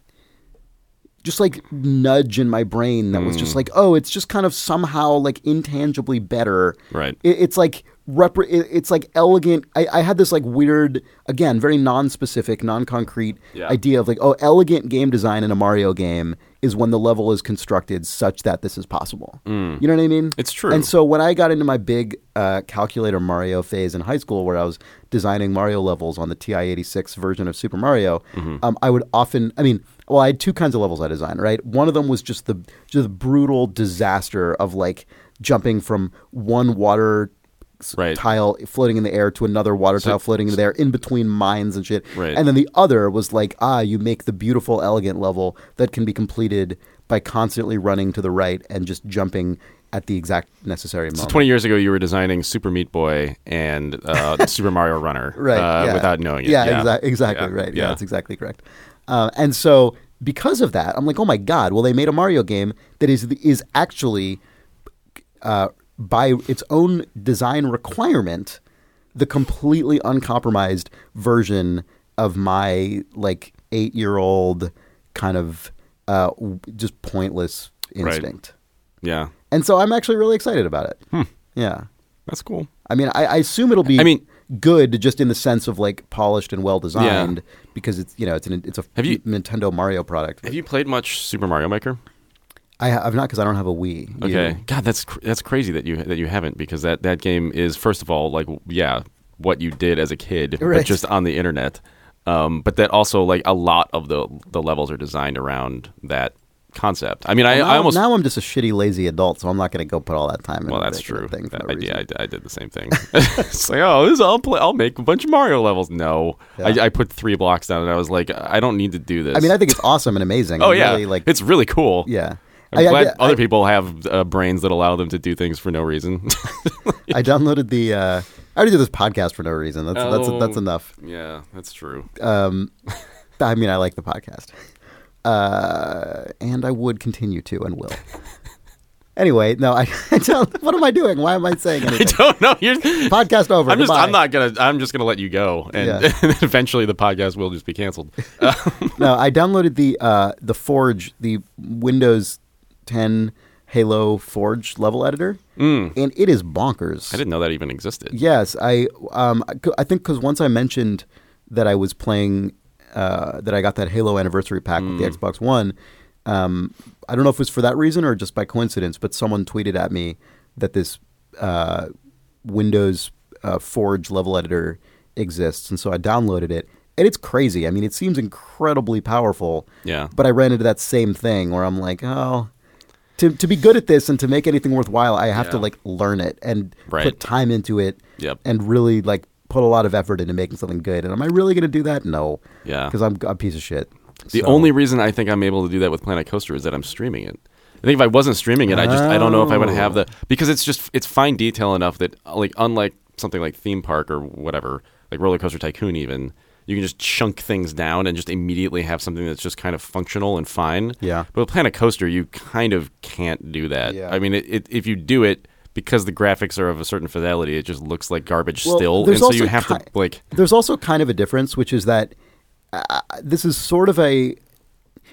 Speaker 1: just like nudge in my brain that was just like, oh, it's just kind of somehow like intangibly better.
Speaker 2: Right.
Speaker 1: It, it's like repre- it, it's like elegant. I, I had this like weird, again, very non-specific, non-concrete
Speaker 2: Yeah.
Speaker 1: idea of like, oh, elegant game design in a Mario game is when the level is constructed such that this is possible. You know what I mean?
Speaker 2: Mm. It's true.
Speaker 1: And so when I got into my big uh, calculator Mario phase in high school, where I was designing Mario levels on the TI-86 version of Super Mario,
Speaker 2: Mm-hmm.
Speaker 1: um, I would often, I mean, well, I had two kinds of levels I designed, right? One of them was just the just the brutal disaster of like jumping from one water s-
Speaker 2: Right.
Speaker 1: tile floating in the air to another water tile floating in the air in between mines and shit.
Speaker 2: Right.
Speaker 1: And then the other was like, ah, you make the beautiful, elegant level that can be completed by constantly running to the right and just jumping at the exact necessary moment.
Speaker 2: 20 years ago, you were designing Super Meat Boy and uh, Super Mario Runner
Speaker 1: right.
Speaker 2: uh,
Speaker 1: yeah.
Speaker 2: without knowing it.
Speaker 1: Yeah, exa- exactly.
Speaker 2: Yeah.
Speaker 1: Right. Yeah.
Speaker 2: Yeah.
Speaker 1: that's exactly correct. Uh, and so because of that, I'm like, oh my god. Well, they made a Mario game that is is actually uh, by its own design requirement the completely uncompromised version of my like eight year old kind of uh, w- just pointless
Speaker 2: Right.
Speaker 1: instinct.
Speaker 2: Yeah.
Speaker 1: And so I'm actually really excited about it.
Speaker 2: Hmm.
Speaker 1: Yeah.
Speaker 2: That's cool.
Speaker 1: I mean, I, I assume it'll be.
Speaker 2: I mean-
Speaker 1: good, just in the sense of like polished and well designed, because it's you know it's an it's a
Speaker 2: Have you-
Speaker 1: Nintendo Mario product.
Speaker 2: Have you played much Super Mario Maker?
Speaker 1: I have not because I don't have a Wii. You-
Speaker 2: Okay. God, that's cr- that's crazy that you that you haven't because that that game is first of all like yeah what you did as a kid
Speaker 1: Right.
Speaker 2: but just on the internet. Um, but that also like a lot of the the levels are designed around that concept. I mean, I,
Speaker 1: Now,
Speaker 2: I almost
Speaker 1: now I'm just a shitty lazy adult, so I'm not going to go put all that time. into
Speaker 2: well that's true.
Speaker 1: ridiculous Thing for
Speaker 2: That-
Speaker 1: no
Speaker 2: I,
Speaker 1: reason.
Speaker 2: yeah, I, I did the same thing. it's like oh, this I'll play. I'll make a bunch of Mario levels. No,
Speaker 1: Yeah.
Speaker 2: I, I put three blocks down and I was like, I don't need to do this.
Speaker 1: I mean, I think it's awesome and amazing.
Speaker 2: oh
Speaker 1: and
Speaker 2: yeah,
Speaker 1: really, like
Speaker 2: it's really cool.
Speaker 1: yeah.
Speaker 2: I'm
Speaker 1: I- I
Speaker 2: glad
Speaker 1: get-
Speaker 2: other people have uh, brains that allow them to do things for no reason.
Speaker 1: I downloaded the. Uh, I already did this podcast for no reason. That's
Speaker 2: Oh.
Speaker 1: that's that's enough.
Speaker 2: yeah, that's true.
Speaker 1: Um, I mean, I like the podcast, uh, and I would continue to and will. Anyway, no, I, I don't. What am I doing? Why am I saying
Speaker 2: I
Speaker 1: anything?
Speaker 2: don't know. You're,
Speaker 1: Podcast over.
Speaker 2: I'm just.
Speaker 1: Goodbye.
Speaker 2: I'm not gonna. I'm just gonna let you go, and,
Speaker 1: Yeah.
Speaker 2: and eventually the podcast will just be canceled. Uh,
Speaker 1: no, I downloaded the uh, the Forge, the Windows 10 Halo Forge level editor,
Speaker 2: Mm.
Speaker 1: and it is bonkers.
Speaker 2: I didn't know that even existed.
Speaker 1: Yes, I um I c- I think because once I mentioned that I was playing uh that I got that Halo anniversary pack with
Speaker 2: Mm.
Speaker 1: the Xbox One, um I don't know if it was for that reason or just by coincidence, but someone tweeted at me that this uh Windows uh, Forge level editor exists, and so I downloaded it. And it's crazy. I mean, it seems incredibly powerful.
Speaker 2: Yeah.
Speaker 1: But I ran into that same thing where I'm like, oh, to to be good at this and to make anything worthwhile, I have to
Speaker 2: Yeah.
Speaker 1: like learn it and
Speaker 2: Right.
Speaker 1: put time into it
Speaker 2: Yep.
Speaker 1: and really like put a lot of effort into making something good. And am I really going to do that? No.
Speaker 2: Yeah.
Speaker 1: Because I'm a piece of shit.
Speaker 2: The
Speaker 1: So-
Speaker 2: only reason I think I'm able to do that with Planet Coaster is that I'm streaming it. I think if I wasn't streaming it, I just I don't know if I would have
Speaker 1: Oh.
Speaker 2: the because it's just it's fine detail enough that uh, like unlike something like theme park or whatever like roller coaster tycoon even you can just chunk things down and just immediately have something that's just kind of functional and fine.
Speaker 1: Yeah.
Speaker 2: But with Planet Coaster, you kind of can't do that.
Speaker 1: Yeah.
Speaker 2: I mean, it, it, if you do it because the graphics are of a certain fidelity, it just looks like garbage
Speaker 1: Well,
Speaker 2: still, and
Speaker 1: there's
Speaker 2: so you
Speaker 1: also
Speaker 2: have to
Speaker 1: ki-
Speaker 2: like
Speaker 1: There's also kind of a difference, which is that uh, this is sort of a.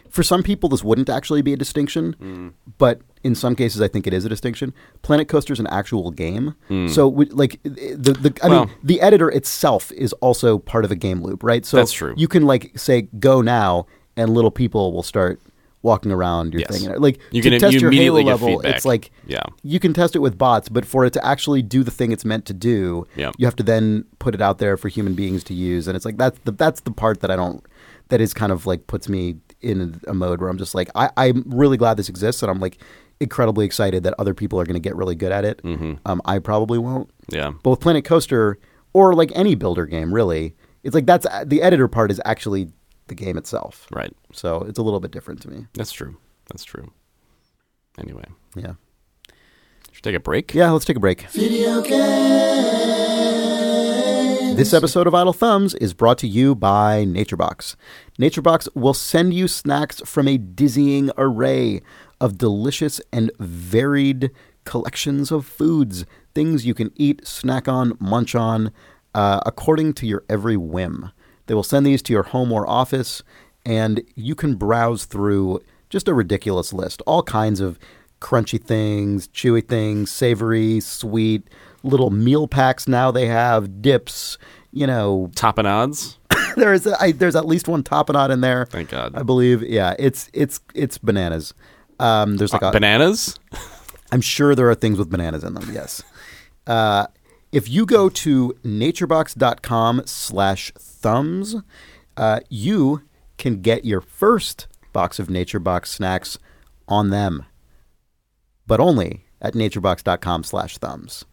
Speaker 1: For some people, this wouldn't actually be a distinction,
Speaker 2: Mm.
Speaker 1: but in some cases, I think it is a distinction. Planet Coaster is an actual game, so we, like the the I
Speaker 2: Mm. Well-
Speaker 1: mean, the editor itself is also part of a game loop, right? So
Speaker 2: That's true.
Speaker 1: You can like say go now, and little people will start walking around your
Speaker 2: Yes.
Speaker 1: thing. And, Like
Speaker 2: You
Speaker 1: to
Speaker 2: can-
Speaker 1: test
Speaker 2: you
Speaker 1: your Halo
Speaker 2: immediately get
Speaker 1: level,
Speaker 2: feedback.
Speaker 1: it's like
Speaker 2: Yeah.
Speaker 1: you can test it with bots, but for it to actually do the thing it's meant to do,
Speaker 2: Yeah.
Speaker 1: you have to then put it out there for human beings to use. And it's like that's the that's the part that I don't that is kind of like puts me in a mode where I'm just like I, I'm really glad this exists, and I'm like incredibly excited that other people are going to get really good at it. Um, I probably won't.
Speaker 2: Yeah.
Speaker 1: But with Planet Coaster or like any builder game, really, it's like that's the editor part is actually the game itself.
Speaker 2: right.
Speaker 1: So it's a little bit different to me.
Speaker 2: That's true. That's true. Anyway,
Speaker 1: Yeah.
Speaker 2: should we take a break.
Speaker 1: Yeah, let's take a break. Video games. This episode of Idle Thumbs is brought to you by NatureBox. NatureBox will send you snacks from a dizzying array of delicious and varied collections of foods, things you can eat, snack on, munch on, uh, according to your every whim. They will send these to your home or office, and you can browse through just a ridiculous list, all kinds of crunchy things, chewy things, savory, sweet, little meal packs now they have, dips, you know,
Speaker 2: Tapenades.
Speaker 1: there is I, there's at least one tapenade in there.
Speaker 2: Thank God.
Speaker 1: I believe. Yeah, it's it's it's bananas. Um, there's like a
Speaker 2: Bananas.
Speaker 1: I'm sure there are things with bananas in them. Yes. Uh, if you go to naturebox.com slash thumbs, uh, you can get your first box of NatureBox snacks on them, but only at naturebox.com slash thumbs.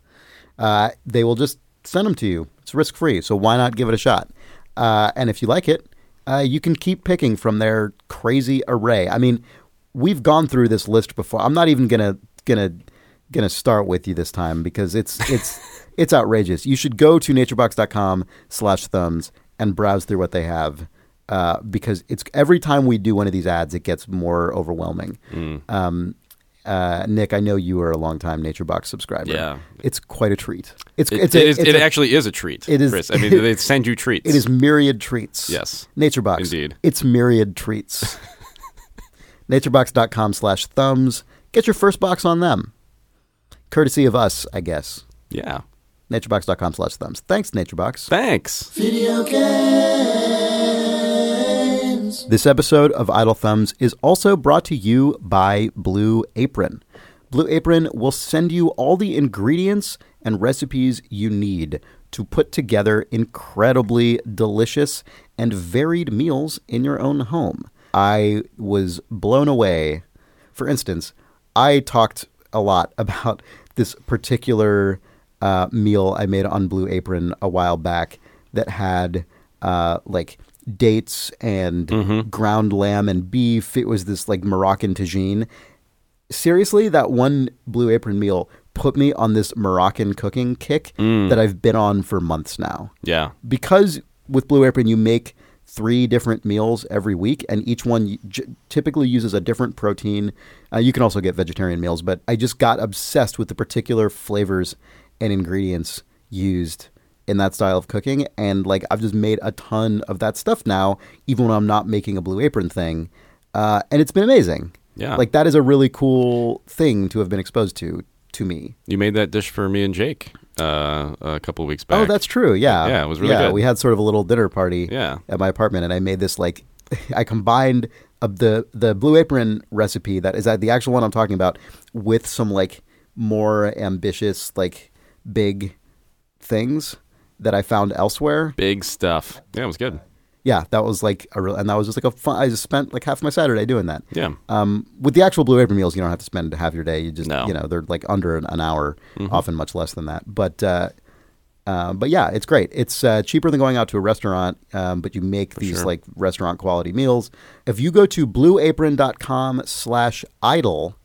Speaker 1: Uh, they will just send them to you. It's risk free, so why not give it a shot? Uh, and if you like it, uh, you can keep picking from their crazy array. I mean, we've gone through this list before. I'm not even gonna gonna gonna start with you this time because it's it's it's outrageous. You should go to naturebox.com/thumbs and browse through what they have. Uh, because it's every time we do one of these ads, it gets more overwhelming. Um, uh, Nick, I know you are a longtime NatureBox subscriber.
Speaker 2: Yeah.
Speaker 1: it's quite a treat. It's
Speaker 2: It,
Speaker 1: it's
Speaker 2: it
Speaker 1: a,
Speaker 2: is-
Speaker 1: it's
Speaker 2: it
Speaker 1: a-
Speaker 2: actually is a treat.
Speaker 1: it is-
Speaker 2: Chris. I mean, they send you treats.
Speaker 1: it is myriad treats.
Speaker 2: Yes.
Speaker 1: NatureBox.
Speaker 2: Indeed.
Speaker 1: It's myriad treats. NatureBox.com slash thumbs. Get your first box on them. Courtesy of us, I guess.
Speaker 2: Yeah.
Speaker 1: NatureBox.com slash thumbs. Thanks, NatureBox.
Speaker 2: Thanks.
Speaker 3: Video games.
Speaker 1: This episode of Idle Thumbs is also brought to you by Blue Apron. Blue Apron will send you all the ingredients and recipes you need to put together incredibly delicious and varied meals in your own home. I was blown away. For instance, I talked a lot about this particular uh, meal I made on Blue Apron a while back that had uh, like dates and ground lamb and beef. It was this like Moroccan tagine. Seriously, that one Blue Apron meal put me on this Moroccan cooking kick that I've been on for months now
Speaker 2: Yeah.
Speaker 1: because with Blue Apron you make three different meals every week, and each one y- j- typically uses a different protein. Uh, you can also get vegetarian meals, but I just got obsessed with the particular flavors and ingredients used in that style of cooking, and like I've just made a ton of that stuff now, even when I'm not making a Blue Apron thing, uh, and it's been amazing.
Speaker 2: Yeah.
Speaker 1: like that is a really cool thing to have been exposed to to me.
Speaker 2: You made that dish for me and Jake uh, a couple weeks back.
Speaker 1: Oh, that's true. Yeah.
Speaker 2: Yeah, it was really
Speaker 1: yeah,
Speaker 2: good.
Speaker 1: We had sort of a little dinner party
Speaker 2: Yeah.
Speaker 1: at my apartment, and I made this like, I combined of the the Blue Apron recipe that is that the actual one I'm talking about with some like more ambitious like big things that I found elsewhere.
Speaker 2: big stuff. Yeah, it was good.
Speaker 1: Yeah, that was like a real, and that was just like a fun. I just spent like half my Saturday doing that.
Speaker 2: Yeah.
Speaker 1: Um, with the actual Blue Apron meals, you don't have to spend half your day. You just,
Speaker 2: No. Mm-hmm.
Speaker 1: you know, they're like under an, an hour, often much less than that. But, uh, uh, but yeah, it's great. It's uh, cheaper than going out to a restaurant, um, but you make these
Speaker 2: sure.
Speaker 1: like restaurant quality meals. If you go to blueapron.com slash idle,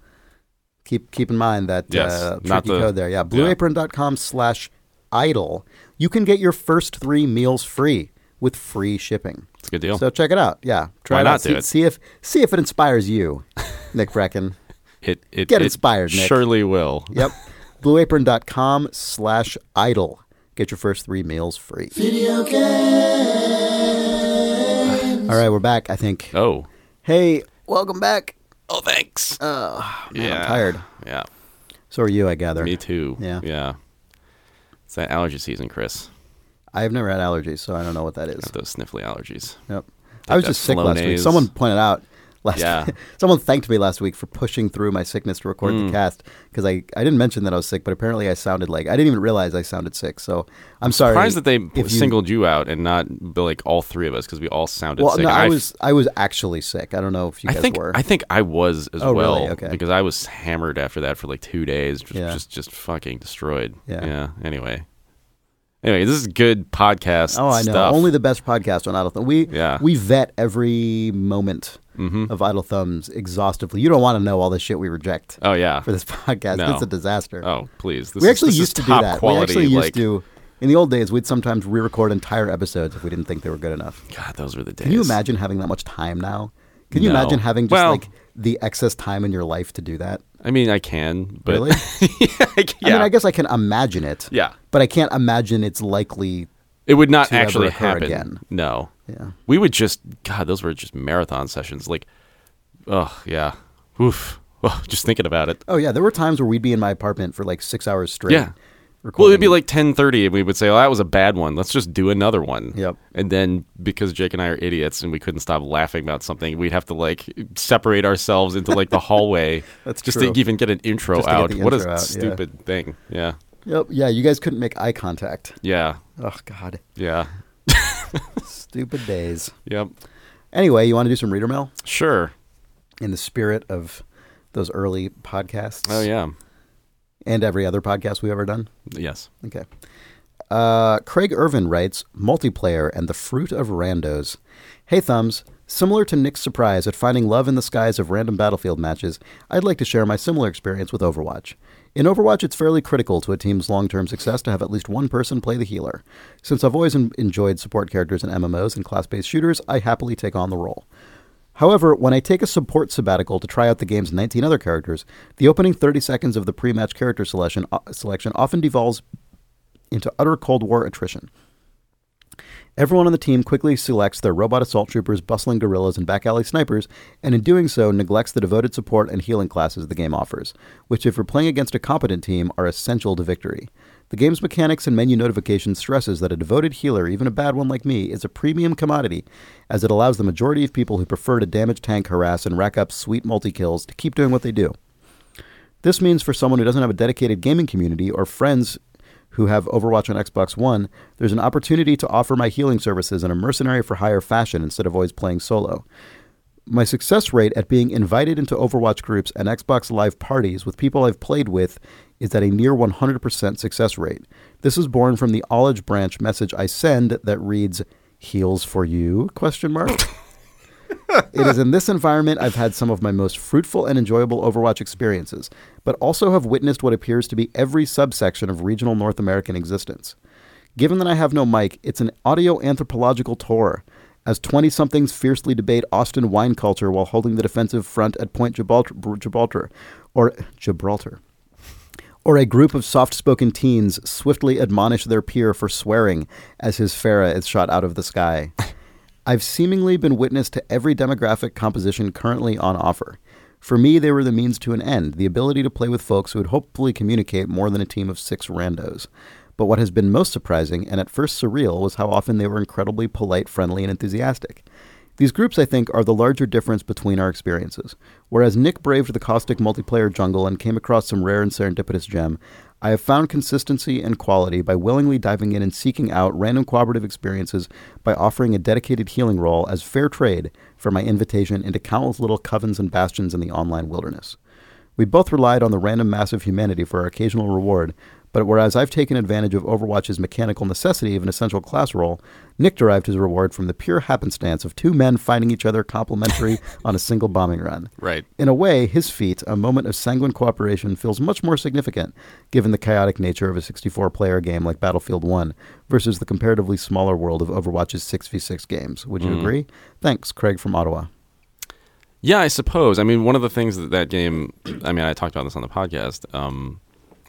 Speaker 1: keep keep in mind that
Speaker 2: Yes,
Speaker 1: uh,
Speaker 2: not
Speaker 1: tricky
Speaker 2: the-
Speaker 1: code there. Yeah, blueapron.com slash idle. You can get your first three meals free with free shipping.
Speaker 2: It's a good deal.
Speaker 1: So check it out. Yeah, try
Speaker 2: Why
Speaker 1: it
Speaker 2: not
Speaker 1: out.
Speaker 2: do
Speaker 1: see,
Speaker 2: it?
Speaker 1: see if see if it inspires you, Nick Brecken.
Speaker 2: it, it
Speaker 1: get
Speaker 2: it
Speaker 1: inspired, Nick.
Speaker 2: Surely will.
Speaker 1: Yep, blueapron.com slash idle. Get your first three meals free. All right, we're back. I think.
Speaker 2: Oh.
Speaker 1: Hey, welcome back.
Speaker 2: Oh, thanks.
Speaker 1: Oh, man,
Speaker 2: yeah.
Speaker 1: I'm tired.
Speaker 2: Yeah.
Speaker 1: So are you, I gather.
Speaker 2: Me too.
Speaker 1: Yeah.
Speaker 2: Yeah. It's that allergy season, Chris.
Speaker 1: I've never had allergies, so I don't know what that is.
Speaker 2: Those sniffly allergies.
Speaker 1: Yep. I was
Speaker 2: that
Speaker 1: just sick last week.
Speaker 2: Flonase.
Speaker 1: Someone pointed out last
Speaker 2: Yeah.
Speaker 1: someone thanked me last week for pushing through my sickness to record
Speaker 2: Mm.
Speaker 1: the cast because I, I didn't mention that I was sick, but apparently I sounded like I didn't even realize I sounded sick. So I'm sorry.
Speaker 2: Surprised that they
Speaker 1: if you-
Speaker 2: singled you out and not like all three of us because we all sounded
Speaker 1: Well,
Speaker 2: sick.
Speaker 1: no,
Speaker 2: And
Speaker 1: I
Speaker 2: f-
Speaker 1: was I was actually sick. I don't know if you
Speaker 2: I
Speaker 1: guys
Speaker 2: think
Speaker 1: were.
Speaker 2: I think I was as
Speaker 1: Oh, really?
Speaker 2: well
Speaker 1: Okay.
Speaker 2: because I was hammered after that for like two days, just
Speaker 1: Yeah.
Speaker 2: just, just fucking destroyed.
Speaker 1: Yeah.
Speaker 2: Anyway, anyway, this is good podcast.
Speaker 1: oh, I know.
Speaker 2: Stuff.
Speaker 1: Only the best podcast on Idle Thumbs. We
Speaker 2: Yeah. Mm-hmm.
Speaker 1: we vet every moment of Idle Thumbs exhaustively. You don't want to know all the shit we reject
Speaker 2: oh yeah.
Speaker 1: for this podcast.
Speaker 2: No.
Speaker 1: It's a disaster.
Speaker 2: oh please. This
Speaker 1: we
Speaker 2: is-
Speaker 1: actually
Speaker 2: this is
Speaker 1: used to do
Speaker 2: top
Speaker 1: that.
Speaker 2: Quality,
Speaker 1: we actually used
Speaker 2: like,
Speaker 1: to. In the old days, we'd sometimes re-record entire episodes if we didn't think they were good enough.
Speaker 2: God, those were the days.
Speaker 1: Can you imagine having that much time now? Can you
Speaker 2: No.
Speaker 1: imagine having just
Speaker 2: Well-
Speaker 1: like the excess time in your life to do that?
Speaker 2: I mean, I can, but
Speaker 1: Really?
Speaker 2: yeah, I c-
Speaker 1: I mean,
Speaker 2: yeah.
Speaker 1: I guess I can imagine it.
Speaker 2: Yeah.
Speaker 1: But I can't imagine it's likely.
Speaker 2: it would not
Speaker 1: ever
Speaker 2: actually
Speaker 1: occur
Speaker 2: happen.
Speaker 1: again.
Speaker 2: No.
Speaker 1: Yeah.
Speaker 2: We would just God, those were just marathon sessions. Like, oh yeah, oof. Oh, just thinking about it.
Speaker 1: Oh yeah, there were times where we'd be in my apartment for like six hours straight.
Speaker 2: Yeah. Well,
Speaker 1: recording.
Speaker 2: it'd be like ten thirty, and we would say, "Oh, that was a bad one. Let's just do another one."
Speaker 1: Yep.
Speaker 2: And then because Jake and I are idiots and we couldn't stop laughing about something, we'd have to like separate ourselves into like the hallway.
Speaker 1: That's
Speaker 2: just
Speaker 1: true.
Speaker 2: to even get an intro
Speaker 1: Just to get
Speaker 2: out.
Speaker 1: the
Speaker 2: what
Speaker 1: intro
Speaker 2: a
Speaker 1: out, yeah.
Speaker 2: stupid thing. Yeah.
Speaker 1: Yep. Yeah, you guys couldn't make eye contact.
Speaker 2: Yeah.
Speaker 1: Oh God,
Speaker 2: Yeah.
Speaker 1: stupid days.
Speaker 2: Yep.
Speaker 1: Anyway, you want to do some reader mail
Speaker 2: Sure.
Speaker 1: in the spirit of those early podcasts?
Speaker 2: Oh yeah.
Speaker 1: and every other podcast we've ever done.
Speaker 2: Yes.
Speaker 1: Okay. Uh, Craig Irvin writes Multiplayer and the Fruit of Randos. Hey, Thumbs. Similar to Nick's surprise at finding love in the skies of random battlefield matches, I'd like to share my similar experience with Overwatch. In Overwatch, it's fairly critical to a team's long term success to have at least one person play the healer. Since I've always en- enjoyed support characters in MMOs and class based shooters, I happily take on the role. However, when I take a support sabbatical to try out the game's 19 other characters, the opening 30 seconds of the pre-match character selection uh, selection often devolves into utter Cold War attrition. Everyone on the team quickly selects their robot assault troopers, bustling guerrillas, and back alley snipers, and in doing so neglects the devoted support and healing classes the game offers, which, if you're playing against a competent team, are essential to victory. The game's mechanics and menu notification stresses that a devoted healer, even a bad one like me, is a premium commodity, as it allows the majority of people who prefer to damage tank, harass, and rack up sweet multi kills to keep doing what they do. This means for someone who doesn't have a dedicated gaming community or friends who have Overwatch on Xbox One, there's an opportunity to offer my healing services in a mercenary for hire fashion instead of always playing solo. My success rate at being invited into Overwatch groups and Xbox Live parties with people I've played with is at a near 100% success rate. This is born from the Ollage branch message I send that reads "Heals for you?" question mark. it is in this environment I've had some of my most fruitful and enjoyable Overwatch experiences, but also have witnessed what appears to be every subsection of regional North American existence. Given that I have no mic, it's an audio anthropological tour, as 20 somethings fiercely debate Austin wine culture while holding the defensive front at Point Gibraltar, Gibraltar or Gibraltar. Or a group of soft spoken teens swiftly admonish their peer for swearing as his Farah is shot out of the sky. I've seemingly been witness to every demographic composition currently on offer. For me, they were the means to an end, the ability to play with folks who would hopefully communicate more than a team of six randos. But what has been most surprising and at first surreal was how often they were incredibly polite, friendly, and enthusiastic. These groups, I think, are the larger difference between our experiences. Whereas Nick braved the caustic multiplayer jungle and came across some rare and serendipitous gem, I have found consistency and quality by willingly diving in and seeking out random cooperative experiences by offering a dedicated healing role as fair trade for my invitation into countless little covens and bastions in the online wilderness. We both relied on the random mass of humanity for our occasional reward, but whereas I've taken advantage of Overwatch's mechanical necessity of an essential class role, Nick derived his reward from the pure happenstance of two men finding each other complimentary on a single bombing run.
Speaker 2: Right.
Speaker 1: In a way, his feat, a moment of sanguine cooperation, feels much more significant given the chaotic nature of a 64 player game like Battlefield 1 versus the comparatively smaller world of Overwatch's 6v6 games. Would you agree? Thanks, Craig from Ottawa.
Speaker 2: Yeah, I suppose. I mean, one of the things that that game. I mean, I talked about this on the podcast. Um,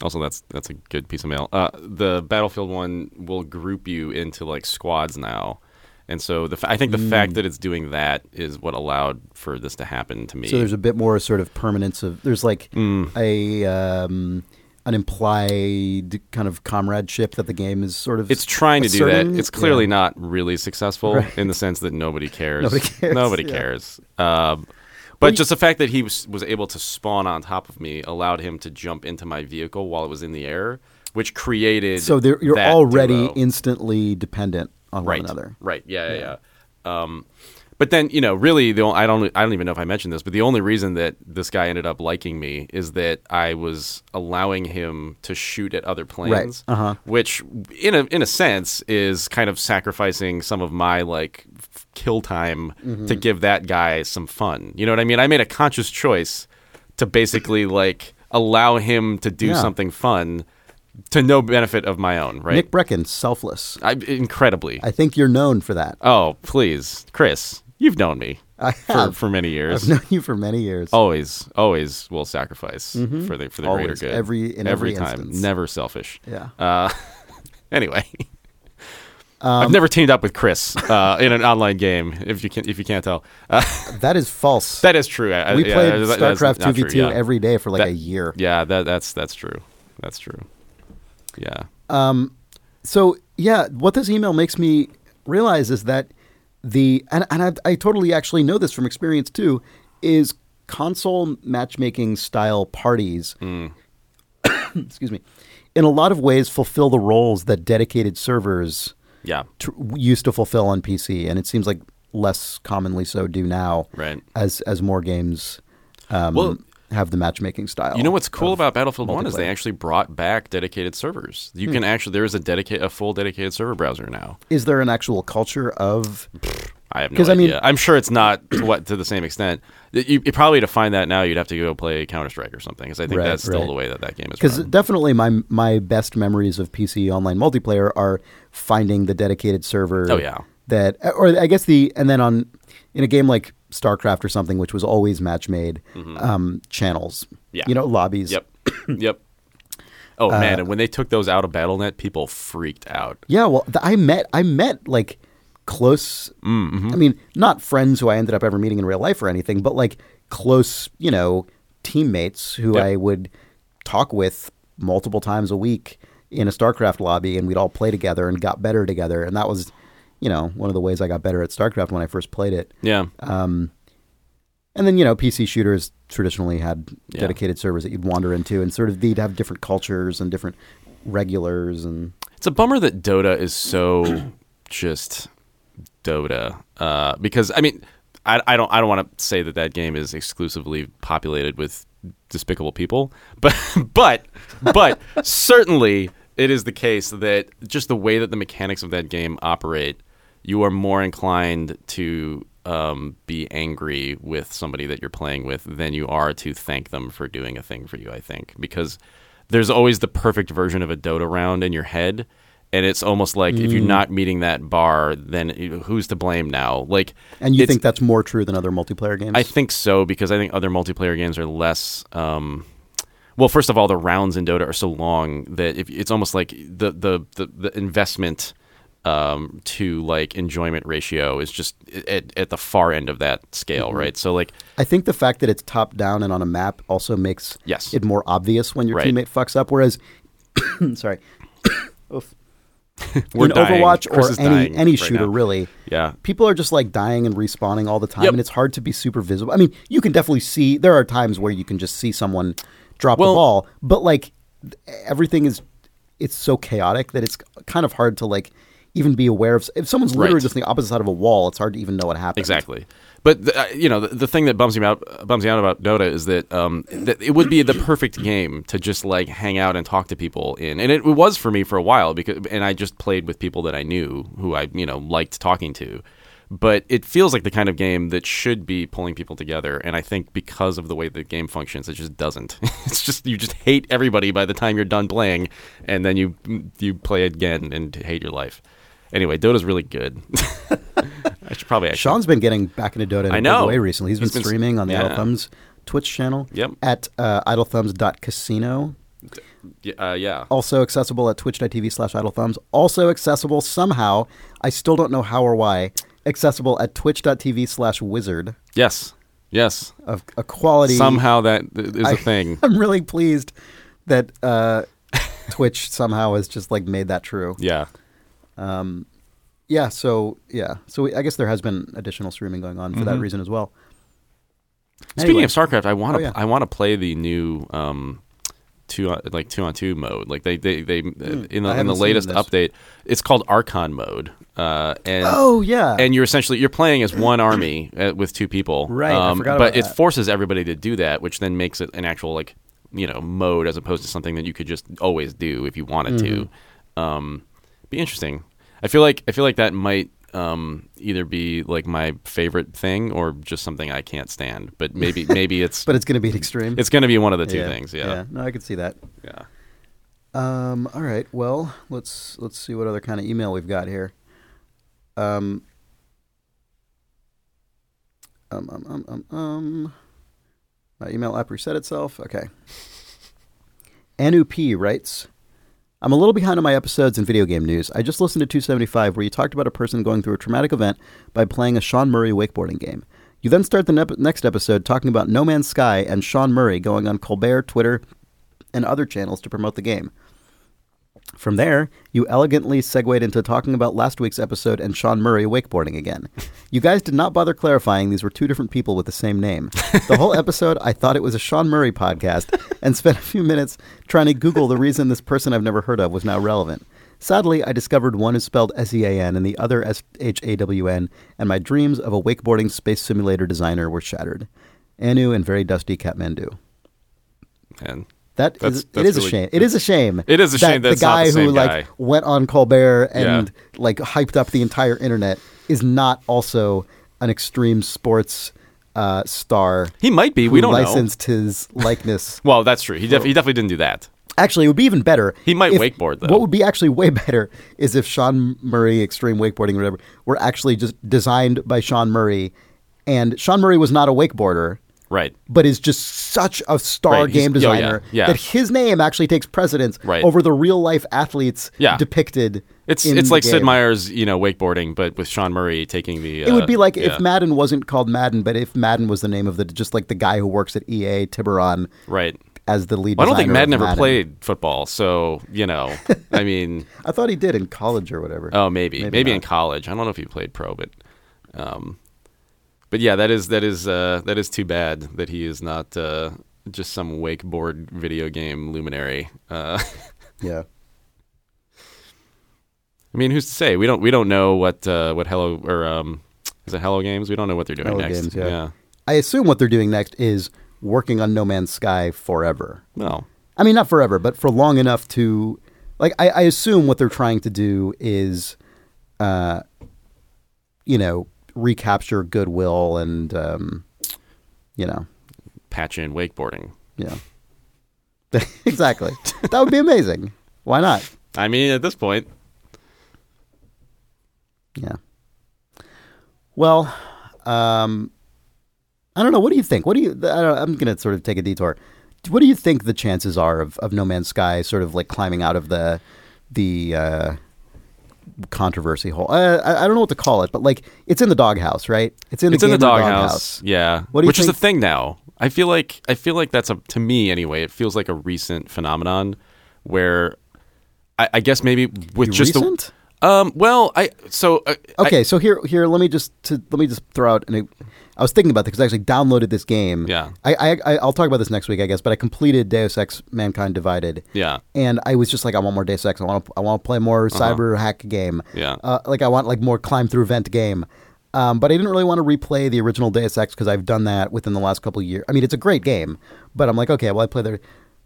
Speaker 2: also, that's that's a good piece of mail. Uh, the Battlefield one will group you into like squads now, and so the fa- I think the fact that it's doing that is what allowed for this to happen to me.
Speaker 1: So there's a bit more sort of permanence of there's like
Speaker 2: Mm.
Speaker 1: a um, an implied kind of comradeship that the game is sort of
Speaker 2: it's trying to do that.
Speaker 1: asserting.
Speaker 2: It's clearly
Speaker 1: Yeah.
Speaker 2: not really successful
Speaker 1: Right.
Speaker 2: in the sense that nobody cares.
Speaker 1: Nobody cares,
Speaker 2: Nobody
Speaker 1: yeah.
Speaker 2: cares. Um, but just the fact that he was, was able to spawn on top of me allowed him to jump into my vehicle while it was in the air, which created.
Speaker 1: so there, you're
Speaker 2: that
Speaker 1: already
Speaker 2: duo.
Speaker 1: instantly dependent on
Speaker 2: right,
Speaker 1: one another.
Speaker 2: Right. Yeah. Yeah. yeah. Um, but then you know, really, the only, I don't I don't even know if I mentioned this, but the only reason that this guy ended up liking me is that I was allowing him to shoot at other planes,
Speaker 1: Uh-huh.
Speaker 2: which in a in a sense is kind of sacrificing some of my like f- kill time
Speaker 1: Mm-hmm.
Speaker 2: to give that guy some fun. You know what I mean? I made a conscious choice to basically like allow him to do
Speaker 1: Yeah.
Speaker 2: something fun to no benefit of my own, right?
Speaker 1: Nick Brecken, selfless.
Speaker 2: I, incredibly.
Speaker 1: I think you're known for that.
Speaker 2: Oh, please, Chris, you've known me
Speaker 1: I
Speaker 2: for,
Speaker 1: have.
Speaker 2: for many years.
Speaker 1: I've known you for many years.
Speaker 2: Oh. always, always will sacrifice for the for the
Speaker 1: Mm-hmm. Always.
Speaker 2: greater good.
Speaker 1: Every- in every
Speaker 2: time,
Speaker 1: instance.
Speaker 2: never selfish.
Speaker 1: Yeah.
Speaker 2: Uh, anyway,
Speaker 1: Um,
Speaker 2: I've never teamed up with Chris uh, in an online game. If you can, if you can't tell, uh,
Speaker 1: that is false.
Speaker 2: that is true. I- I-
Speaker 1: we
Speaker 2: yeah,
Speaker 1: played
Speaker 2: that- that's
Speaker 1: StarCraft
Speaker 2: not
Speaker 1: 2v2
Speaker 2: true, yeah.
Speaker 1: every day for like
Speaker 2: That-
Speaker 1: a year.
Speaker 2: Yeah, that that's that's true. That's true. Yeah.
Speaker 1: So yeah, what this email makes me realize is that the and, and I, I totally actually know this from experience too is console matchmaking style parties.
Speaker 2: Mm.
Speaker 1: excuse me. In a lot of ways, fulfill the roles that dedicated servers
Speaker 2: yeah.
Speaker 1: tr- used to fulfill on PC, and it seems like less commonly so do now.
Speaker 2: Right.
Speaker 1: As as more games um,
Speaker 2: Well,
Speaker 1: have the matchmaking style.
Speaker 2: You know what's cool about Battlefield One is
Speaker 1: Oh, multiplayer. Hmm.
Speaker 2: they actually brought back dedicated servers. You can actually there is a dedicate a full dedicated server browser now.
Speaker 1: is there an actual culture of
Speaker 2: I have no
Speaker 1: 'Cause,
Speaker 2: idea.
Speaker 1: I
Speaker 2: I
Speaker 1: mean-
Speaker 2: am sure it's not to what to the same extent. That You, you probably to find that now you'd have to go play Counter Strike or something because I think
Speaker 1: Right,
Speaker 2: that's still
Speaker 1: right.
Speaker 2: the way that that game is.
Speaker 1: Because
Speaker 2: run.
Speaker 1: definitely my my best memories of PC online multiplayer are finding the dedicated server.
Speaker 2: Oh, yeah.
Speaker 1: That or I guess the and then on in a game like StarCraft or something, which was always match made, um, channels.
Speaker 2: Mm-hmm. Yeah.
Speaker 1: You know lobbies.
Speaker 2: yep, yep. Oh
Speaker 1: Uh,
Speaker 2: man, and when they took those out of BattleNet, people freaked out.
Speaker 1: Yeah. Well, th- I met I met like close.
Speaker 2: Mm-hmm.
Speaker 1: I mean, not friends who I ended up ever meeting in real life or anything, but like close, you know, teammates who
Speaker 2: Yep.
Speaker 1: I would talk with multiple times a week in a StarCraft lobby and we'd all play together and got better together. And that was, you know, one of the ways I got better at StarCraft when I first played it.
Speaker 2: Yeah.
Speaker 1: Uh, And then, you know, PC shooters traditionally had
Speaker 2: Yeah.
Speaker 1: dedicated servers that you'd wander into and sort of they'd have different cultures and different regulars and
Speaker 2: It's a bummer that Dota is so just Dota, uh, because I mean, I, I don't I don't want to say that that game is exclusively populated with despicable people, but but but certainly it is the case that just the way that the mechanics of that game operate, you are more inclined to um, be angry with somebody that you're playing with than you are to thank them for doing a thing for you. I think because there's always the perfect version of a Dota round in your head. And it's almost like if you're not meeting that bar, then who's to blame now? Like,
Speaker 1: and you
Speaker 2: it's-
Speaker 1: think that's more true than other multiplayer games?
Speaker 2: I think so because I think other multiplayer games are less. Um, well, first of all, the rounds in Dota are so long that if, it's almost like the the the, the investment um, to like enjoyment ratio is just at, at the far end of that scale, right? So like,
Speaker 1: I think the fact that it's top down and on a map also makes
Speaker 2: Yes.
Speaker 1: it more obvious when your
Speaker 2: Right.
Speaker 1: teammate fucks up. Whereas, sorry,
Speaker 2: we're
Speaker 1: in
Speaker 2: dying.
Speaker 1: Overwatch
Speaker 2: Chris is
Speaker 1: or any
Speaker 2: dying
Speaker 1: any
Speaker 2: right
Speaker 1: shooter
Speaker 2: now.
Speaker 1: really,
Speaker 2: Yeah.
Speaker 1: people are just like dying and respawning all the time,
Speaker 2: Yep.
Speaker 1: and it's hard to be super visible. I mean, you can definitely see. There are times where you can just see someone drop
Speaker 2: Well-
Speaker 1: the ball, but like th- everything is, it's so chaotic that it's kind of hard to like even be aware of. s- If someone's literally
Speaker 2: Right.
Speaker 1: just on the opposite side of a wall, it's hard to even know what happened.
Speaker 2: Exactly. But the, uh, you know, the, the thing that bums me out bums me out about Dota is that um, that it would be the perfect game to just like hang out and talk to people in, and it was for me for a while because, and I just played with people that I knew who I you know liked talking to. But it feels like the kind of game that should be pulling people together, and I think because of the way the game functions, it just doesn't. it's just you just hate everybody by the time you're done playing, and then you you play again and hate your life. Anyway, Dota's really good. I should probably actually
Speaker 1: Sean's been getting back into Dota in
Speaker 2: I
Speaker 1: a big
Speaker 2: know.
Speaker 1: way recently.
Speaker 2: He's
Speaker 1: He's
Speaker 2: been
Speaker 1: been
Speaker 2: s-
Speaker 1: streaming on the
Speaker 2: yeah.
Speaker 1: Idle Thumbs Twitch channel
Speaker 2: Yep.
Speaker 1: at uh, idlethumbs.casino.
Speaker 2: Y- uh, yeah.
Speaker 1: also accessible at twitch.tv slash idlethumbs. Also accessible somehow, I still don't know how or why, accessible at twitch.tv slash wizard
Speaker 2: Yes. Yes.
Speaker 1: of a quality.
Speaker 2: Somehow that is a thing.
Speaker 1: I'm really pleased that uh, Twitch somehow has just like made that true. Um,
Speaker 2: Yeah.
Speaker 1: Yeah, so yeah. So we, I guess there has been additional streaming going on for that reason as well.
Speaker 2: Mm-hmm. Speaking
Speaker 1: Anyway.
Speaker 2: of StarCraft, I want to
Speaker 1: Oh, yeah.
Speaker 2: I want to play the new um two on, like two on two mode. Like they they they in the, in the
Speaker 1: Hmm. haven't seen
Speaker 2: latest
Speaker 1: this.
Speaker 2: update, it's called Archon mode. Uh and
Speaker 1: Oh yeah.
Speaker 2: and you're essentially you're playing as one army uh, with two people, Um,
Speaker 1: Right, I forgot
Speaker 2: but
Speaker 1: about
Speaker 2: it
Speaker 1: that.
Speaker 2: forces everybody to do that, which then makes it an actual like you know mode as opposed to something that you could just always do if you wanted
Speaker 1: Mm-hmm.
Speaker 2: to. Um, be interesting. I feel like I feel like that might um, either be like my favorite thing or just something I can't stand. But maybe maybe it's
Speaker 1: but it's going to be an extreme.
Speaker 2: it's going to be one of the two things.
Speaker 1: yeah.
Speaker 2: Yeah.
Speaker 1: No, I could see that.
Speaker 2: yeah,
Speaker 1: Um, all right. Well, let's let's see what other kind of email we've got here. Um, um, um, um, um, um. My email app reset itself. Okay. Anu P writes, I'm a little behind on my episodes in video game news. I just listened to 275 where you talked about a person going through a traumatic event by playing a Sean Murray wakeboarding game. You then start the nep next episode talking about No Man's Sky and Sean Murray going on Colbert, Twitter, and other channels to promote the game. From there, you elegantly segued into talking about last week's episode and Sean Murray wakeboarding again. You guys did not bother clarifying these were two different people with the same name. The whole episode, I thought it was a Sean Murray podcast and spent a few minutes trying to Google the reason this person I've never heard of was now relevant. Sadly, I discovered one is spelled S E A N and the other S H A W N, and my dreams of a wakeboarding space simulator designer were shattered. Anu and very dusty Kathmandu.
Speaker 2: and
Speaker 1: That is,
Speaker 2: That's-
Speaker 1: it
Speaker 2: that's
Speaker 1: is
Speaker 2: really-
Speaker 1: a shame. It is a shame.
Speaker 2: It is a shame
Speaker 1: that
Speaker 2: that's
Speaker 1: the
Speaker 2: not
Speaker 1: guy
Speaker 2: the
Speaker 1: who
Speaker 2: same guy.
Speaker 1: like went on Colbert and
Speaker 2: Yeah.
Speaker 1: like hyped up the entire internet is not also an extreme sports uh, star.
Speaker 2: he might be. We
Speaker 1: who
Speaker 2: don't
Speaker 1: licensed his likeness.
Speaker 2: know. Well, that's true. He, def- he definitely didn't do that.
Speaker 1: actually, it would be even better.
Speaker 2: He might wakeboard, though.
Speaker 1: What would be actually way better is if Sean Murray extreme wakeboarding or whatever were actually just designed by Sean Murray, and Sean Murray was not a wakeboarder
Speaker 2: Right.
Speaker 1: but is just such a star
Speaker 2: Right, he's-
Speaker 1: game
Speaker 2: oh, yeah,
Speaker 1: designer
Speaker 2: yeah.
Speaker 1: that his name actually takes precedence
Speaker 2: Right.
Speaker 1: over the real life athletes
Speaker 2: Yeah.
Speaker 1: depicted.
Speaker 2: It's
Speaker 1: in
Speaker 2: it's
Speaker 1: the
Speaker 2: like Sid
Speaker 1: game.
Speaker 2: Meier's, you know, wakeboarding, but with Sean Murray taking the. Uh,
Speaker 1: It would be like
Speaker 2: yeah.
Speaker 1: if Madden wasn't called Madden, but if Madden was the name of the just like the guy who works at EA, E Tiburon,
Speaker 2: Right.
Speaker 1: as the lead.
Speaker 2: Well, I don't think
Speaker 1: designer
Speaker 2: Madden
Speaker 1: of
Speaker 2: ever played football, so you know, I mean,
Speaker 1: I thought he did in college or whatever.
Speaker 2: oh, maybe,
Speaker 1: Maybe
Speaker 2: maybe,
Speaker 1: not.
Speaker 2: in college. I don't know if he played pro, but, um, but yeah, that is that is uh, that is too bad that he is not uh, just some wakeboard video game luminary. Uh,
Speaker 1: Yeah.
Speaker 2: I mean, who's to say? We don't we don't know what uh, what Hello or um, is it Hello Games? We don't know what they're doing
Speaker 1: Hello
Speaker 2: next.
Speaker 1: Games, yeah. I assume what they're doing next is working on No Man's Sky forever.
Speaker 2: No.
Speaker 1: I mean, not forever, but for long enough to, like, I, I assume what they're trying to do is, uh, you know, recapture goodwill and, um, you know,
Speaker 2: Patch in wakeboarding.
Speaker 1: yeah, exactly. that would be amazing. Why not?
Speaker 2: I mean, at this point,
Speaker 1: Yeah. Well, um, I don't know. What do you think? What do you? I don't, I'm going to sort of take a detour. What do you think the chances are of, of No Man's Sky sort of like climbing out of the the uh, controversy hole? Uh, I, I don't know what to call it, but like it's in the doghouse, right? It's in the
Speaker 2: it's in the
Speaker 1: gamer
Speaker 2: doghouse. yeah,
Speaker 1: What do you
Speaker 2: which is
Speaker 1: think-
Speaker 2: a thing now. I feel like I feel like that's a to me anyway. It feels like a recent phenomenon where I, I guess maybe with just
Speaker 1: Recent? Oh.
Speaker 2: the um. Well, I so uh, I-
Speaker 1: Okay, so here, here, let me just to, let me just throw out. And I was thinking about this because I actually downloaded this game.
Speaker 2: Yeah.
Speaker 1: I, I, I, I'll talk about this next week, I guess. But I completed Deus Ex: Mankind Divided.
Speaker 2: yeah.
Speaker 1: and I was just like, I want more Deus Ex. I want to, I want to play more cyber hack game.
Speaker 2: Uh-huh. Yeah.
Speaker 1: uh, like I want like more climb through vent game. Um, but I didn't really want to replay the original Deus Ex because I've done that within the last couple of years. I mean, it's a great game, but I'm like, okay, well, I play the.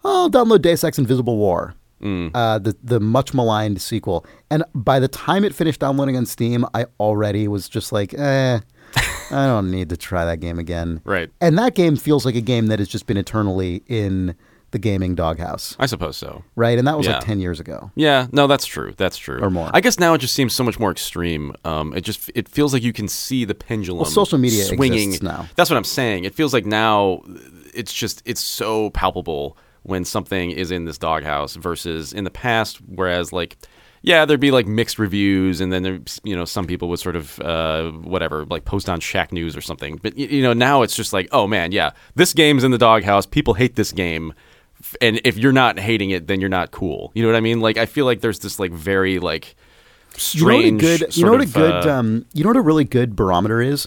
Speaker 1: I'll download Deus Ex Invisible War,
Speaker 2: Mm.
Speaker 1: uh, the the much maligned sequel. And by the time it finished downloading on Steam, I already was just like, eh, I don't need to try that game again.
Speaker 2: Right.
Speaker 1: And that game feels like a game that has just been eternally in the gaming doghouse
Speaker 2: I suppose so.
Speaker 1: right? And that was like
Speaker 2: Yeah.
Speaker 1: 10 years ago.
Speaker 2: Yeah, no, that's true. That's true.
Speaker 1: Or more.
Speaker 2: I guess now it just seems so much more extreme. Um, it just it feels like you can see the pendulum.
Speaker 1: Well, social media
Speaker 2: um, swinging
Speaker 1: exists now.
Speaker 2: That's what I'm saying. It feels like now it's just it's so palpable when something is in this doghouse versus in the past. Whereas like. Yeah, there'd be like mixed reviews, and then there, you know, some people would sort of uh, whatever, like post on Shack News or something. But y- you know, now it's just like, oh man, yeah, this game's in the doghouse. People hate this game f- and if you're not hating it, then you're not cool. You know what I mean? Like I feel like there's this like very like strange.
Speaker 1: you know what a good, you
Speaker 2: sort
Speaker 1: know what a
Speaker 2: of,
Speaker 1: good,
Speaker 2: uh,
Speaker 1: um, you know what a really good barometer is.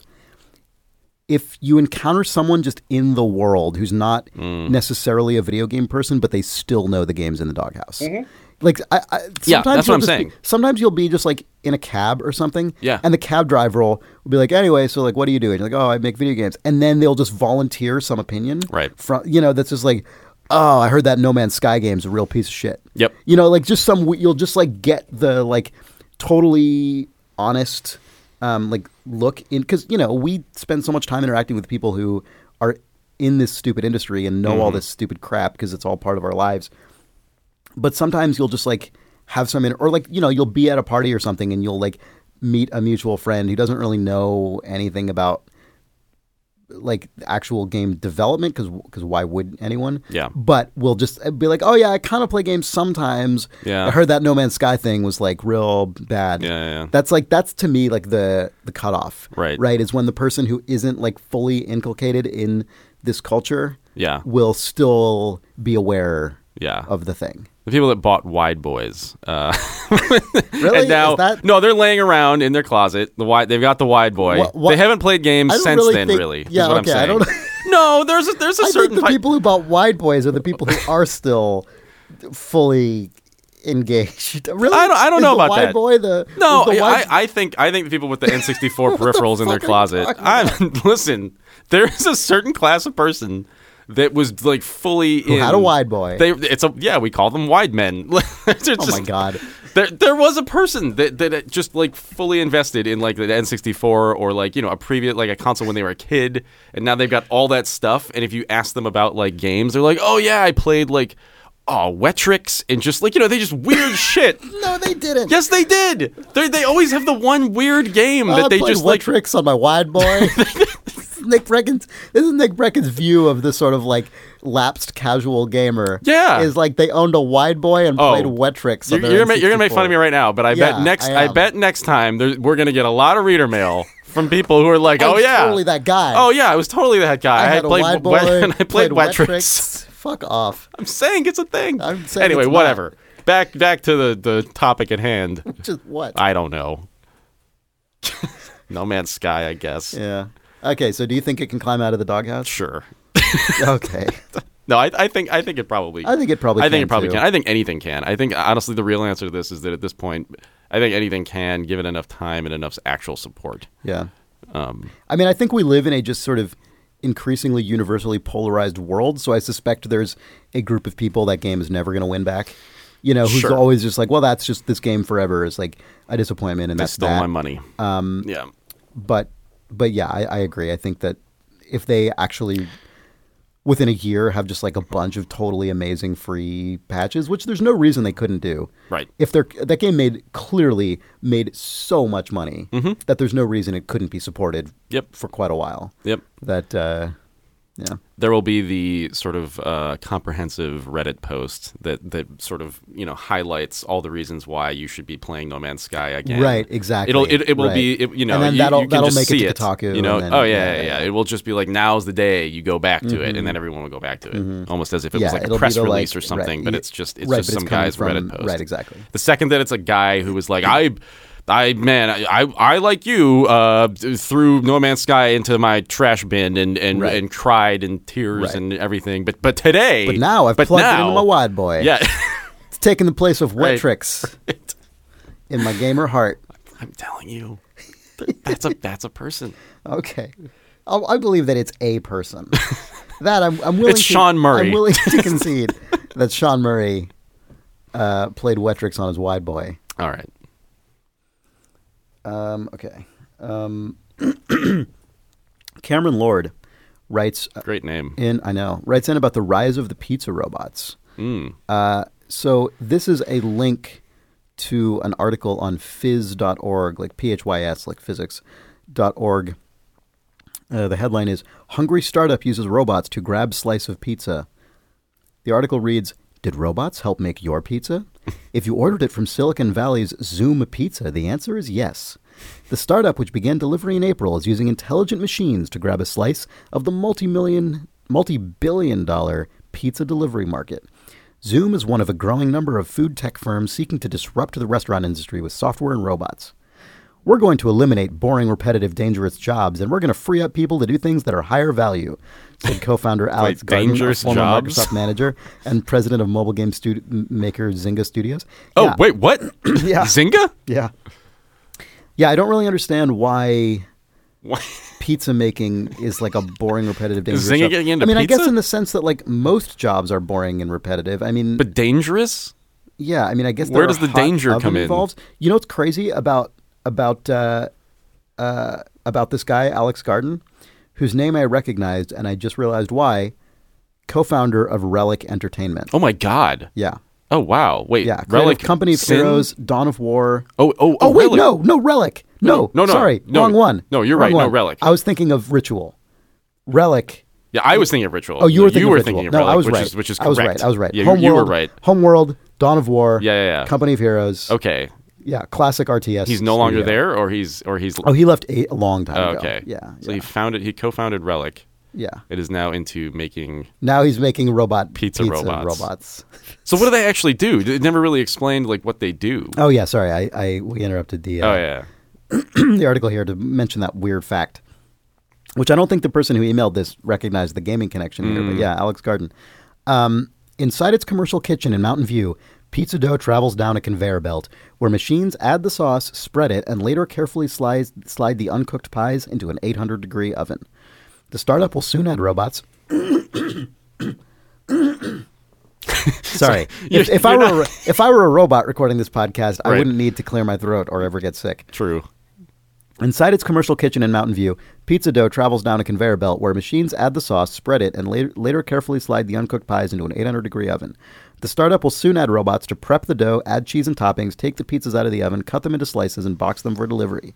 Speaker 1: If you encounter someone just in the world who's not
Speaker 2: Mm.
Speaker 1: necessarily a video game person, but they still know the games in the doghouse, like I, I sometimes
Speaker 2: Yeah, that's what
Speaker 1: you'll
Speaker 2: I'm
Speaker 1: just be-
Speaker 2: saying.
Speaker 1: sometimes you'll be just like in a cab or something,
Speaker 2: Yeah.
Speaker 1: and the cab driver will, will be like, anyway, so like, what do you do? And you're like, oh, I make video games, and then they'll just volunteer some opinion,
Speaker 2: Right.
Speaker 1: From you know, that's just like, oh, I heard that No Man's Sky game's a real piece of shit.
Speaker 2: Yep.
Speaker 1: You know, like just some w- you'll just like get the like totally honest um like look in cuz you know, we spend so much time interacting with people who are in this stupid industry and know all this stupid crap cuz it's all part of our lives. But sometimes you'll just like have some in or like, you know, you'll be at a party or something and you'll like meet a mutual friend who doesn't really know anything about like actual game development because why would anyone?
Speaker 2: Yeah.
Speaker 1: But we'll just be like, oh yeah, I kind of play games sometimes.
Speaker 2: Yeah.
Speaker 1: I heard that No Man's Sky thing was like real bad.
Speaker 2: Yeah, yeah, yeah.
Speaker 1: That's like that's to me like the the cutoff.
Speaker 2: Right.
Speaker 1: Right is when the person who isn't like fully inculcated in this culture.
Speaker 2: Yeah.
Speaker 1: Will still be aware.
Speaker 2: Yeah.
Speaker 1: Of the thing.
Speaker 2: the people that bought Wide Boys. Uh,
Speaker 1: Really?
Speaker 2: and now
Speaker 1: is that,
Speaker 2: no, they're laying around in their closet. The wide, they've got the Wide Boy.
Speaker 1: Wha- wha-
Speaker 2: They haven't played games
Speaker 1: I don't
Speaker 2: since
Speaker 1: really
Speaker 2: then,
Speaker 1: think-
Speaker 2: really.
Speaker 1: yeah,
Speaker 2: is what
Speaker 1: okay, I
Speaker 2: I'm saying.
Speaker 1: don't-
Speaker 2: no, there's a, there's a
Speaker 1: I think
Speaker 2: certain
Speaker 1: the
Speaker 2: type-
Speaker 1: people who bought wide boys are the people who are still fully engaged. Really?
Speaker 2: I don't- I don't
Speaker 1: Is
Speaker 2: know
Speaker 1: the
Speaker 2: about
Speaker 1: wide
Speaker 2: that.
Speaker 1: Boy the,
Speaker 2: No,
Speaker 1: is the
Speaker 2: I,
Speaker 1: wide
Speaker 2: I think I think the people with the N64 peripherals in their
Speaker 1: fuck are you
Speaker 2: closet. I'm listen. There is a certain class of person that was like fully in,
Speaker 1: had a wide boy.
Speaker 2: They, it's a yeah. We call them wide men. oh
Speaker 1: Oh my god.
Speaker 2: There, there was a person that, that just like fully invested in like the N64 or like you know a previous like a console when they were a kid, and now they've got all that stuff. And if you ask them about like games, they're like, oh yeah, I played like oh Wetrix and just like you know they just weird shit.
Speaker 1: No, they didn't.
Speaker 2: Yes, they did. They they always have the one weird game
Speaker 1: Uh, I
Speaker 2: that they
Speaker 1: played
Speaker 2: just
Speaker 1: what
Speaker 2: like.
Speaker 1: tricks on my wide boy. Nick Brecken's this is Nick Brecken's view of this sort of like lapsed casual gamer.
Speaker 2: Yeah.
Speaker 1: is like they owned a wide boy and
Speaker 2: Oh.
Speaker 1: played wet tricks.
Speaker 2: You're,
Speaker 1: on their
Speaker 2: you're, gonna make, you're gonna make
Speaker 1: N64.
Speaker 2: fun of me right now, but I
Speaker 1: Yeah,
Speaker 2: bet next
Speaker 1: I
Speaker 2: I,
Speaker 1: am.
Speaker 2: bet next time there, we're gonna get a lot of reader mail from people who are like,
Speaker 1: I
Speaker 2: oh
Speaker 1: was
Speaker 2: yeah,
Speaker 1: totally that guy.
Speaker 2: Oh yeah, I was totally that guy.
Speaker 1: I,
Speaker 2: had
Speaker 1: had a
Speaker 2: played
Speaker 1: wide
Speaker 2: w-
Speaker 1: boy
Speaker 2: and I played,
Speaker 1: wet
Speaker 2: Wetrix.
Speaker 1: tricks. Fuck off.
Speaker 2: I'm saying it's a thing.
Speaker 1: I'm saying
Speaker 2: anyway,
Speaker 1: it's not.
Speaker 2: whatever. Back back to the, the topic at hand.
Speaker 1: Just what?
Speaker 2: I don't know. no Man's Sky, I guess.
Speaker 1: yeah. Okay, so do you think it can climb out of the doghouse?
Speaker 2: Sure.
Speaker 1: okay.
Speaker 2: No, I, I think I think it probably.
Speaker 1: I think it probably
Speaker 2: I think
Speaker 1: can,
Speaker 2: it probably
Speaker 1: too.
Speaker 2: can. I think anything can. I think honestly, the real answer to this is that at this point, I think anything can, given enough time and enough actual support.
Speaker 1: Yeah.
Speaker 2: Um,
Speaker 1: I mean, I think we live in a just sort of increasingly universally polarized world. So I suspect there's a group of people that game is never going to win back. You know, who's
Speaker 2: Sure.
Speaker 1: always just like, well, that's just this game forever is like a disappointment, and
Speaker 2: they
Speaker 1: that's
Speaker 2: stole
Speaker 1: that.
Speaker 2: my money. Um, yeah.
Speaker 1: But, but yeah, I, I agree. I think that if they actually within a year have just like a bunch of totally amazing free patches, which there's no reason they couldn't do.
Speaker 2: Right.
Speaker 1: If they're that game made clearly made so much money that there's no reason it couldn't be supported.
Speaker 2: Mm-hmm. Yep.
Speaker 1: For quite a while
Speaker 2: Yep.
Speaker 1: that uh yeah
Speaker 2: There will be the sort of uh, comprehensive Reddit post that that sort of you know highlights all the reasons why you should be playing No Man's Sky again.
Speaker 1: Right, exactly.
Speaker 2: It'll it, it will be
Speaker 1: Right.
Speaker 2: it, you know
Speaker 1: And then
Speaker 2: you-
Speaker 1: that'll-
Speaker 2: you can
Speaker 1: that'll
Speaker 2: just
Speaker 1: make it
Speaker 2: see
Speaker 1: to Kotaku
Speaker 2: You know
Speaker 1: and then-
Speaker 2: oh yeah
Speaker 1: yeah,
Speaker 2: yeah,
Speaker 1: yeah. Mm-hmm.
Speaker 2: yeah it will just be like now's the day you go back to it and then everyone will go back to it almost as if it
Speaker 1: yeah
Speaker 2: was like
Speaker 1: it'll
Speaker 2: a
Speaker 1: be
Speaker 2: press
Speaker 1: the, like,
Speaker 2: release or something
Speaker 1: right,
Speaker 2: but
Speaker 1: y-
Speaker 2: it's just it's
Speaker 1: right,
Speaker 2: just
Speaker 1: but
Speaker 2: some
Speaker 1: coming
Speaker 2: guy's
Speaker 1: from-
Speaker 2: Reddit post
Speaker 1: right exactly
Speaker 2: the second that it's a guy who was like, I, I man, I, I, I like you, uh, threw No Man's Sky into my trash bin and and,
Speaker 1: Right.
Speaker 2: and cried and tears
Speaker 1: Right.
Speaker 2: and everything. But but today,
Speaker 1: but now I've
Speaker 2: but
Speaker 1: plugged it
Speaker 2: now-
Speaker 1: into my wad boy
Speaker 2: Yeah,
Speaker 1: it's taking the place of
Speaker 2: Right.
Speaker 1: Wetrix in my gamer heart
Speaker 2: I'm telling you, that's a that's a person.
Speaker 1: okay I, I believe that it's a person that I'm, I'm willing
Speaker 2: It's
Speaker 1: to,
Speaker 2: Sean Murray.
Speaker 1: I'm willing to concede that Sean Murray uh, played Wetrix on his wide boy
Speaker 2: All right,
Speaker 1: Um, okay. Um, Cameron Lord writes uh,
Speaker 2: great name.
Speaker 1: in, I know, writes in about the rise of the pizza robots. Uh, so this is a link to an article on phys.org, like P-H-Y-S, like physics, dot org. Uh, the headline is Hungry Startup Uses Robots to Grab Slice of Pizza. The article reads Did robots help make your pizza? if you ordered it from Silicon Valley's Zoom Pizza, the answer is yes. The startup, which began delivery in April, is using intelligent machines to grab a slice of the multi million, multi billion dollar pizza delivery market. Zoom is one of a growing number of food tech firms seeking to disrupt the restaurant industry with software and robots. We're going to eliminate boring, repetitive, dangerous jobs, and we're going to free up people to do things that are higher value, said co-founder Alex Gardner,
Speaker 2: dangerous
Speaker 1: former
Speaker 2: jobs?
Speaker 1: Microsoft manager and president of mobile game stu- m- maker Zynga Studios.
Speaker 2: Oh
Speaker 1: yeah.
Speaker 2: wait, what?
Speaker 1: Yeah.
Speaker 2: Zynga.
Speaker 1: yeah, yeah. I don't really understand why
Speaker 2: What?
Speaker 1: pizza making is like a boring, repetitive, dangerous.
Speaker 2: Zynga
Speaker 1: job.
Speaker 2: getting into
Speaker 1: I mean, I guess
Speaker 2: pizza?
Speaker 1: in the sense that like most jobs are boring and repetitive. I mean,
Speaker 2: But dangerous.
Speaker 1: yeah, I mean, I guess
Speaker 2: Where
Speaker 1: there
Speaker 2: does
Speaker 1: are
Speaker 2: the
Speaker 1: hot
Speaker 2: danger
Speaker 1: oven
Speaker 2: come in?
Speaker 1: involved. You know what's crazy about about uh, uh, about this guy Alex Garden, whose name I recognized, and I just realized why. Co-founder of Relic Entertainment.
Speaker 2: Oh my god.
Speaker 1: Yeah,
Speaker 2: Oh wow. Wait.
Speaker 1: yeah. Creative
Speaker 2: Relic
Speaker 1: Company of
Speaker 2: Sin?
Speaker 1: Heroes, Dawn of War.
Speaker 2: Oh oh
Speaker 1: Oh, wait,
Speaker 2: Relic.
Speaker 1: no, no Relic. No,
Speaker 2: No, no, no.
Speaker 1: Sorry,
Speaker 2: No.
Speaker 1: wrong one.
Speaker 2: No, you're
Speaker 1: Wrong
Speaker 2: right. No,
Speaker 1: one.
Speaker 2: Relic.
Speaker 1: I was thinking of Ritual. Relic.
Speaker 2: Yeah, I was thinking of Ritual.
Speaker 1: Oh, you were
Speaker 2: No,
Speaker 1: thinking
Speaker 2: you
Speaker 1: of
Speaker 2: were
Speaker 1: Ritual.
Speaker 2: thinking of
Speaker 1: no,
Speaker 2: Relic,
Speaker 1: I was
Speaker 2: which
Speaker 1: right.
Speaker 2: is which is
Speaker 1: I was
Speaker 2: correct.
Speaker 1: right. I was right.
Speaker 2: Yeah, you-
Speaker 1: Homeworld,
Speaker 2: you were right.
Speaker 1: Homeworld, Dawn of War.
Speaker 2: Yeah, yeah, yeah.
Speaker 1: Company of Heroes.
Speaker 2: Okay.
Speaker 1: Yeah, classic RTS.
Speaker 2: He's no longer
Speaker 1: studio.
Speaker 2: there, or he's or he's.
Speaker 1: Oh, he left a, a long time
Speaker 2: Oh,
Speaker 1: ago.
Speaker 2: okay.
Speaker 1: Yeah.
Speaker 2: So
Speaker 1: yeah,
Speaker 2: he founded. He co-founded Relic.
Speaker 1: yeah.
Speaker 2: It is now into making.
Speaker 1: Now he's making robot
Speaker 2: Pizza robots.
Speaker 1: robots.
Speaker 2: So what do they actually do? It never really explained like what they do.
Speaker 1: Oh yeah, sorry. I, I we interrupted the uh,
Speaker 2: Oh yeah.
Speaker 1: the article here to mention that weird fact, which I don't think the person who emailed this recognized the gaming connection here, but yeah, Alex Garden. Um, inside its commercial kitchen in Mountain View, pizza dough travels down a conveyor belt where machines add the sauce, spread it, and later carefully slice, slide the uncooked pies into an 800 degree oven. The startup will soon add robots. Sorry, if, if I were a, if I were a robot recording this podcast, I
Speaker 2: Right.
Speaker 1: wouldn't need to clear my throat or ever get sick.
Speaker 2: True.
Speaker 1: Inside its commercial kitchen in Mountain View, pizza dough travels down a conveyor belt where machines add the sauce, spread it, and later, later carefully slide the uncooked pies into an 800 degree oven. The startup will soon add robots to prep the dough, add cheese and toppings, take the pizzas out of the oven, cut them into slices, and box them for delivery.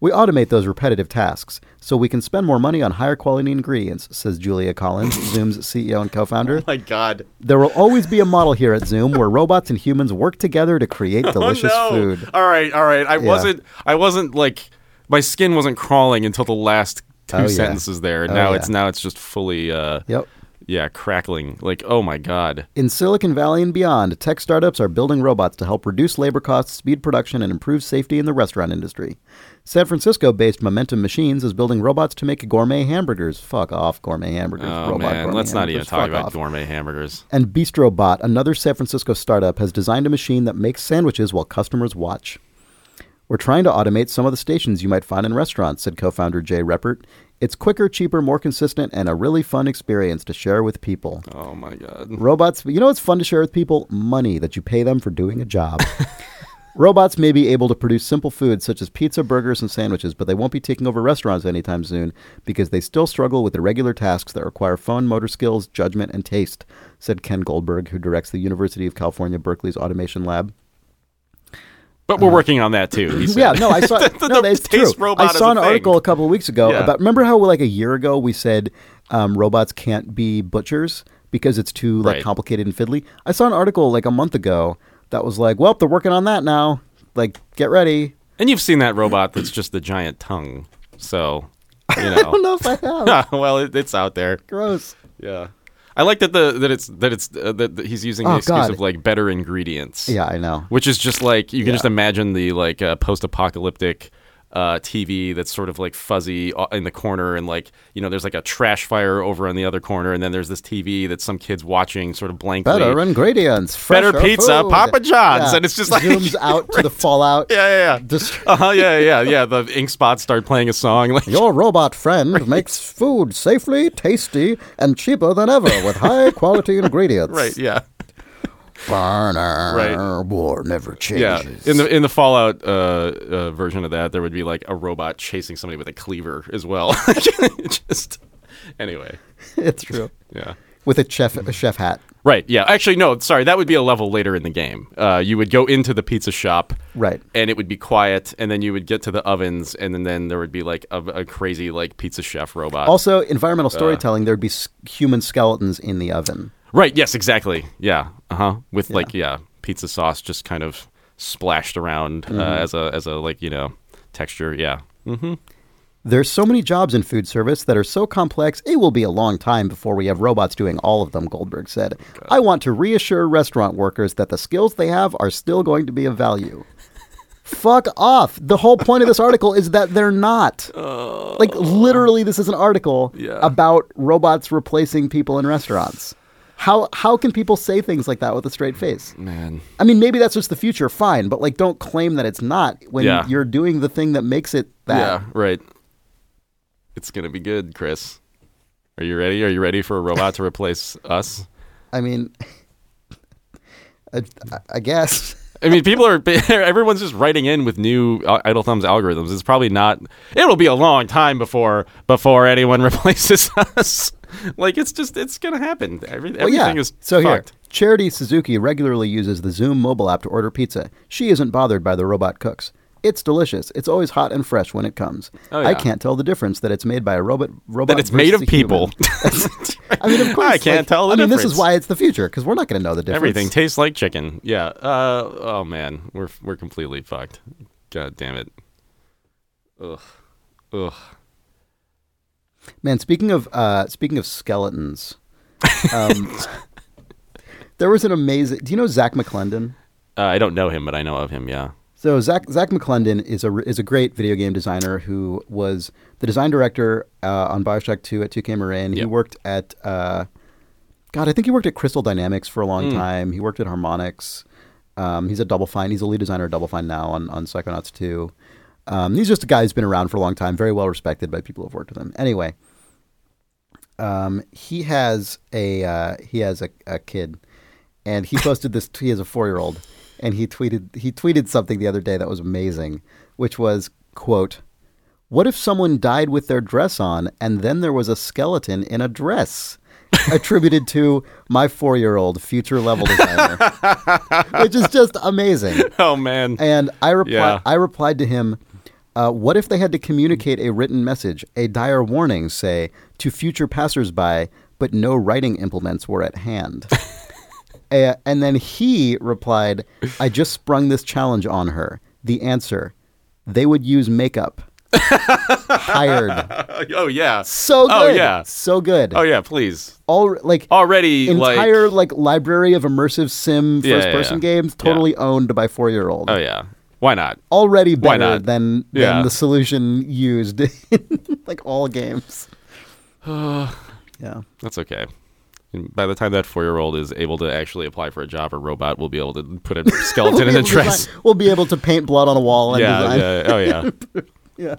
Speaker 1: We automate those repetitive tasks so we can spend more money on higher quality ingredients, says Julia Collins, Zoom's CEO and co founder.
Speaker 2: My God.
Speaker 1: There will always be a model here at Zoom where robots and humans work together to create delicious
Speaker 2: oh, no.
Speaker 1: food.
Speaker 2: All right. All right. I wasn't. I wasn't like. My skin wasn't crawling until the last two
Speaker 1: Oh, yeah.
Speaker 2: sentences there.
Speaker 1: Oh,
Speaker 2: now
Speaker 1: yeah.
Speaker 2: it's now it's just fully. Uh,
Speaker 1: Yep.
Speaker 2: yeah, crackling. Like, oh my god.
Speaker 1: In Silicon Valley and beyond, tech startups are building robots to help reduce labor costs, speed production, and improve safety in the restaurant industry. San Francisco based Momentum Machines is building robots to make gourmet hamburgers. Fuck off, gourmet hamburgers.
Speaker 2: Oh
Speaker 1: robot
Speaker 2: man,
Speaker 1: gourmet
Speaker 2: let's not even
Speaker 1: hamburgers.
Speaker 2: talk
Speaker 1: Fuck
Speaker 2: about
Speaker 1: off.
Speaker 2: gourmet hamburgers.
Speaker 1: And BistroBot, another San Francisco startup, has designed a machine that makes sandwiches while customers watch. We're trying to automate some of the stations you might find in restaurants, said co founder Jay Reppert. It's quicker, cheaper, more consistent, and a really fun experience to share with people.
Speaker 2: Oh my god.
Speaker 1: Robots, you know what's fun to share with people? Money that you pay them for doing a job. Robots may be able to produce simple foods such as pizza, burgers, and sandwiches, but they won't be taking over restaurants anytime soon because they still struggle with irregular tasks that require phone, motor skills, judgment, and taste, said Ken Goldberg, who directs the University of California Berkeley's Automation Lab.
Speaker 2: But we're working on that too. He said.
Speaker 1: Yeah, no, I saw. no,
Speaker 2: the
Speaker 1: it's true.
Speaker 2: taste robot
Speaker 1: I
Speaker 2: is
Speaker 1: saw
Speaker 2: a
Speaker 1: an
Speaker 2: thing.
Speaker 1: article a couple of weeks ago
Speaker 2: Yeah.
Speaker 1: about. Remember how like a year ago we said um, robots can't be butchers because it's too like
Speaker 2: Right.
Speaker 1: complicated and fiddly. I saw an article like a month ago that was like, "Well, they're working on that now. Like, get ready."
Speaker 2: And you've seen that robot that's just the giant tongue. So, you know.
Speaker 1: I don't know if I have.
Speaker 2: well, it, it's out there.
Speaker 1: Gross.
Speaker 2: Yeah. I like that the that it's that it's uh, that, that he's using
Speaker 1: Oh,
Speaker 2: the excuse
Speaker 1: God.
Speaker 2: of like better ingredients.
Speaker 1: Yeah, I know.
Speaker 2: Which is just like you can just imagine the like uh, post-apocalyptic uh, TV that's sort of like fuzzy uh, in the corner, and like you know, there's like a trash fire over on the other corner, and then there's this TV that some kids watching, sort of blankly.
Speaker 1: Better ingredients.
Speaker 2: Better
Speaker 1: fresher
Speaker 2: pizza,
Speaker 1: food.
Speaker 2: Papa John's. And it's just like-
Speaker 1: zooms out to the fallout.
Speaker 2: yeah, yeah, yeah.
Speaker 1: Dist-
Speaker 2: uh-huh, yeah, yeah, yeah. The ink spots start playing a song. Like,
Speaker 1: Your robot friend makes food safely, tasty, and cheaper than ever with high quality ingredients.
Speaker 2: right, yeah.
Speaker 1: Burner.
Speaker 2: Right.
Speaker 1: War never
Speaker 2: Yeah,
Speaker 1: changes.
Speaker 2: in the in the Fallout uh, uh, version of that, there would be like a robot chasing somebody with a cleaver as well. Just anyway,
Speaker 1: it's true.
Speaker 2: yeah,
Speaker 1: With a chef, a chef hat.
Speaker 2: right. Yeah, actually, no, sorry, that would be a level later in the game. Uh, you would go into the pizza shop,
Speaker 1: Right.
Speaker 2: and it would be quiet, and then you would get to the ovens, and then, then there would be like a, a crazy like pizza chef robot.
Speaker 1: Also,
Speaker 2: Uh.
Speaker 1: environmental storytelling. there'd be s- human skeletons in the oven.
Speaker 2: right? Yes, exactly. Yeah, uh huh. With like yeah, pizza sauce just kind of splashed around uh, as a as a like you know texture. Yeah.
Speaker 1: There's so many jobs in food service that are so complex, it will be a long time before we have robots doing all of them, Goldberg said. I want to reassure restaurant workers that the skills they have are still going to be of value. Fuck off. The whole point of this article is that they're not. Like, literally, this is an article
Speaker 2: Oh. Yeah.
Speaker 1: about robots replacing people in restaurants. How, how can people say things like that with a straight face?
Speaker 2: Man.
Speaker 1: I mean, maybe that's just the future, fine, but like, don't claim that it's not when
Speaker 2: Yeah.
Speaker 1: you're doing the thing that makes it that.
Speaker 2: Yeah, right. It's gonna be good, Chris. Are you ready? Are you ready for a robot to replace us?
Speaker 1: I mean, I, I guess.
Speaker 2: I mean, people are everyone's just writing in with new uh, idle thumbs algorithms. It's probably not. It'll be a long time before before anyone replaces us. like it's just it's gonna happen. Every,
Speaker 1: But
Speaker 2: everything
Speaker 1: yeah.
Speaker 2: is
Speaker 1: so
Speaker 2: fucked.
Speaker 1: here, Charity Suzuki regularly uses the Zoom mobile app to order pizza. She isn't bothered by the robot cooks. It's delicious. It's always hot and fresh when it comes.
Speaker 2: Oh,
Speaker 1: I
Speaker 2: yeah.
Speaker 1: can't tell the difference that it's made by a robot. Robot.
Speaker 2: That it's made of
Speaker 1: versus a human.
Speaker 2: people.
Speaker 1: I mean, of course.
Speaker 2: I can't
Speaker 1: like,
Speaker 2: tell the
Speaker 1: I mean, this
Speaker 2: difference.
Speaker 1: is why it's the future because we're not going to know the difference.
Speaker 2: Everything tastes like chicken. Yeah. Uh, oh man, we're we're completely fucked. God damn it. Ugh. Ugh.
Speaker 1: Man, speaking of uh, speaking of skeletons, um, there was an amazing. Do you know Zach McClendon?
Speaker 2: Uh, I don't know him, but I know of him. Yeah.
Speaker 1: So Zach Zach McClendon is a is a great video game designer who was the design director uh, on Bioshock Two at 2K Marin. He
Speaker 2: Yep.
Speaker 1: worked at uh, God, I think he worked at Crystal Dynamics for a long time. He worked at Harmonix. Um, he's a Double Fine. He's a lead designer at Double Fine now on on Psychonauts Two. Um, he's just a guy who's been around for a long time, very well respected by people who've worked with him. Anyway, um, he has a uh, he has a, a kid, and he posted this. He has a four year old, and he tweeted he tweeted something the other day that was amazing, which was quote, "What if someone died with their dress on, and then there was a skeleton in a dress?" attributed to my four year old future level designer, which is just amazing.
Speaker 2: Oh man.
Speaker 1: And I replied.
Speaker 2: Yeah.
Speaker 1: I replied to him. Uh, what if they had to communicate a written message, a dire warning, say, to future passersby, but no writing implements were at hand? Uh, and then he replied, I just sprung this challenge on her. The answer, they would use makeup. hired.
Speaker 2: oh yeah.
Speaker 1: So good.
Speaker 2: Oh yeah.
Speaker 1: So good.
Speaker 2: Oh yeah. Please.
Speaker 1: All like
Speaker 2: Already like.
Speaker 1: entire like, library of immersive sim
Speaker 2: Yeah, yeah,
Speaker 1: first person
Speaker 2: yeah.
Speaker 1: games totally owned by four year old.
Speaker 2: Oh yeah. Why not?
Speaker 1: Already
Speaker 2: Why
Speaker 1: better
Speaker 2: not?
Speaker 1: than than
Speaker 2: Yeah.
Speaker 1: the solution used in like all games. yeah.
Speaker 2: That's okay. And by the time that four-year-old is able to actually apply for a job or robot, will be able to put a skeleton in
Speaker 1: We'll be
Speaker 2: a
Speaker 1: able to
Speaker 2: dress.
Speaker 1: design- we'll be able to paint blood on a wall and
Speaker 2: Yeah,
Speaker 1: design.
Speaker 2: yeah. Oh yeah.
Speaker 1: yeah.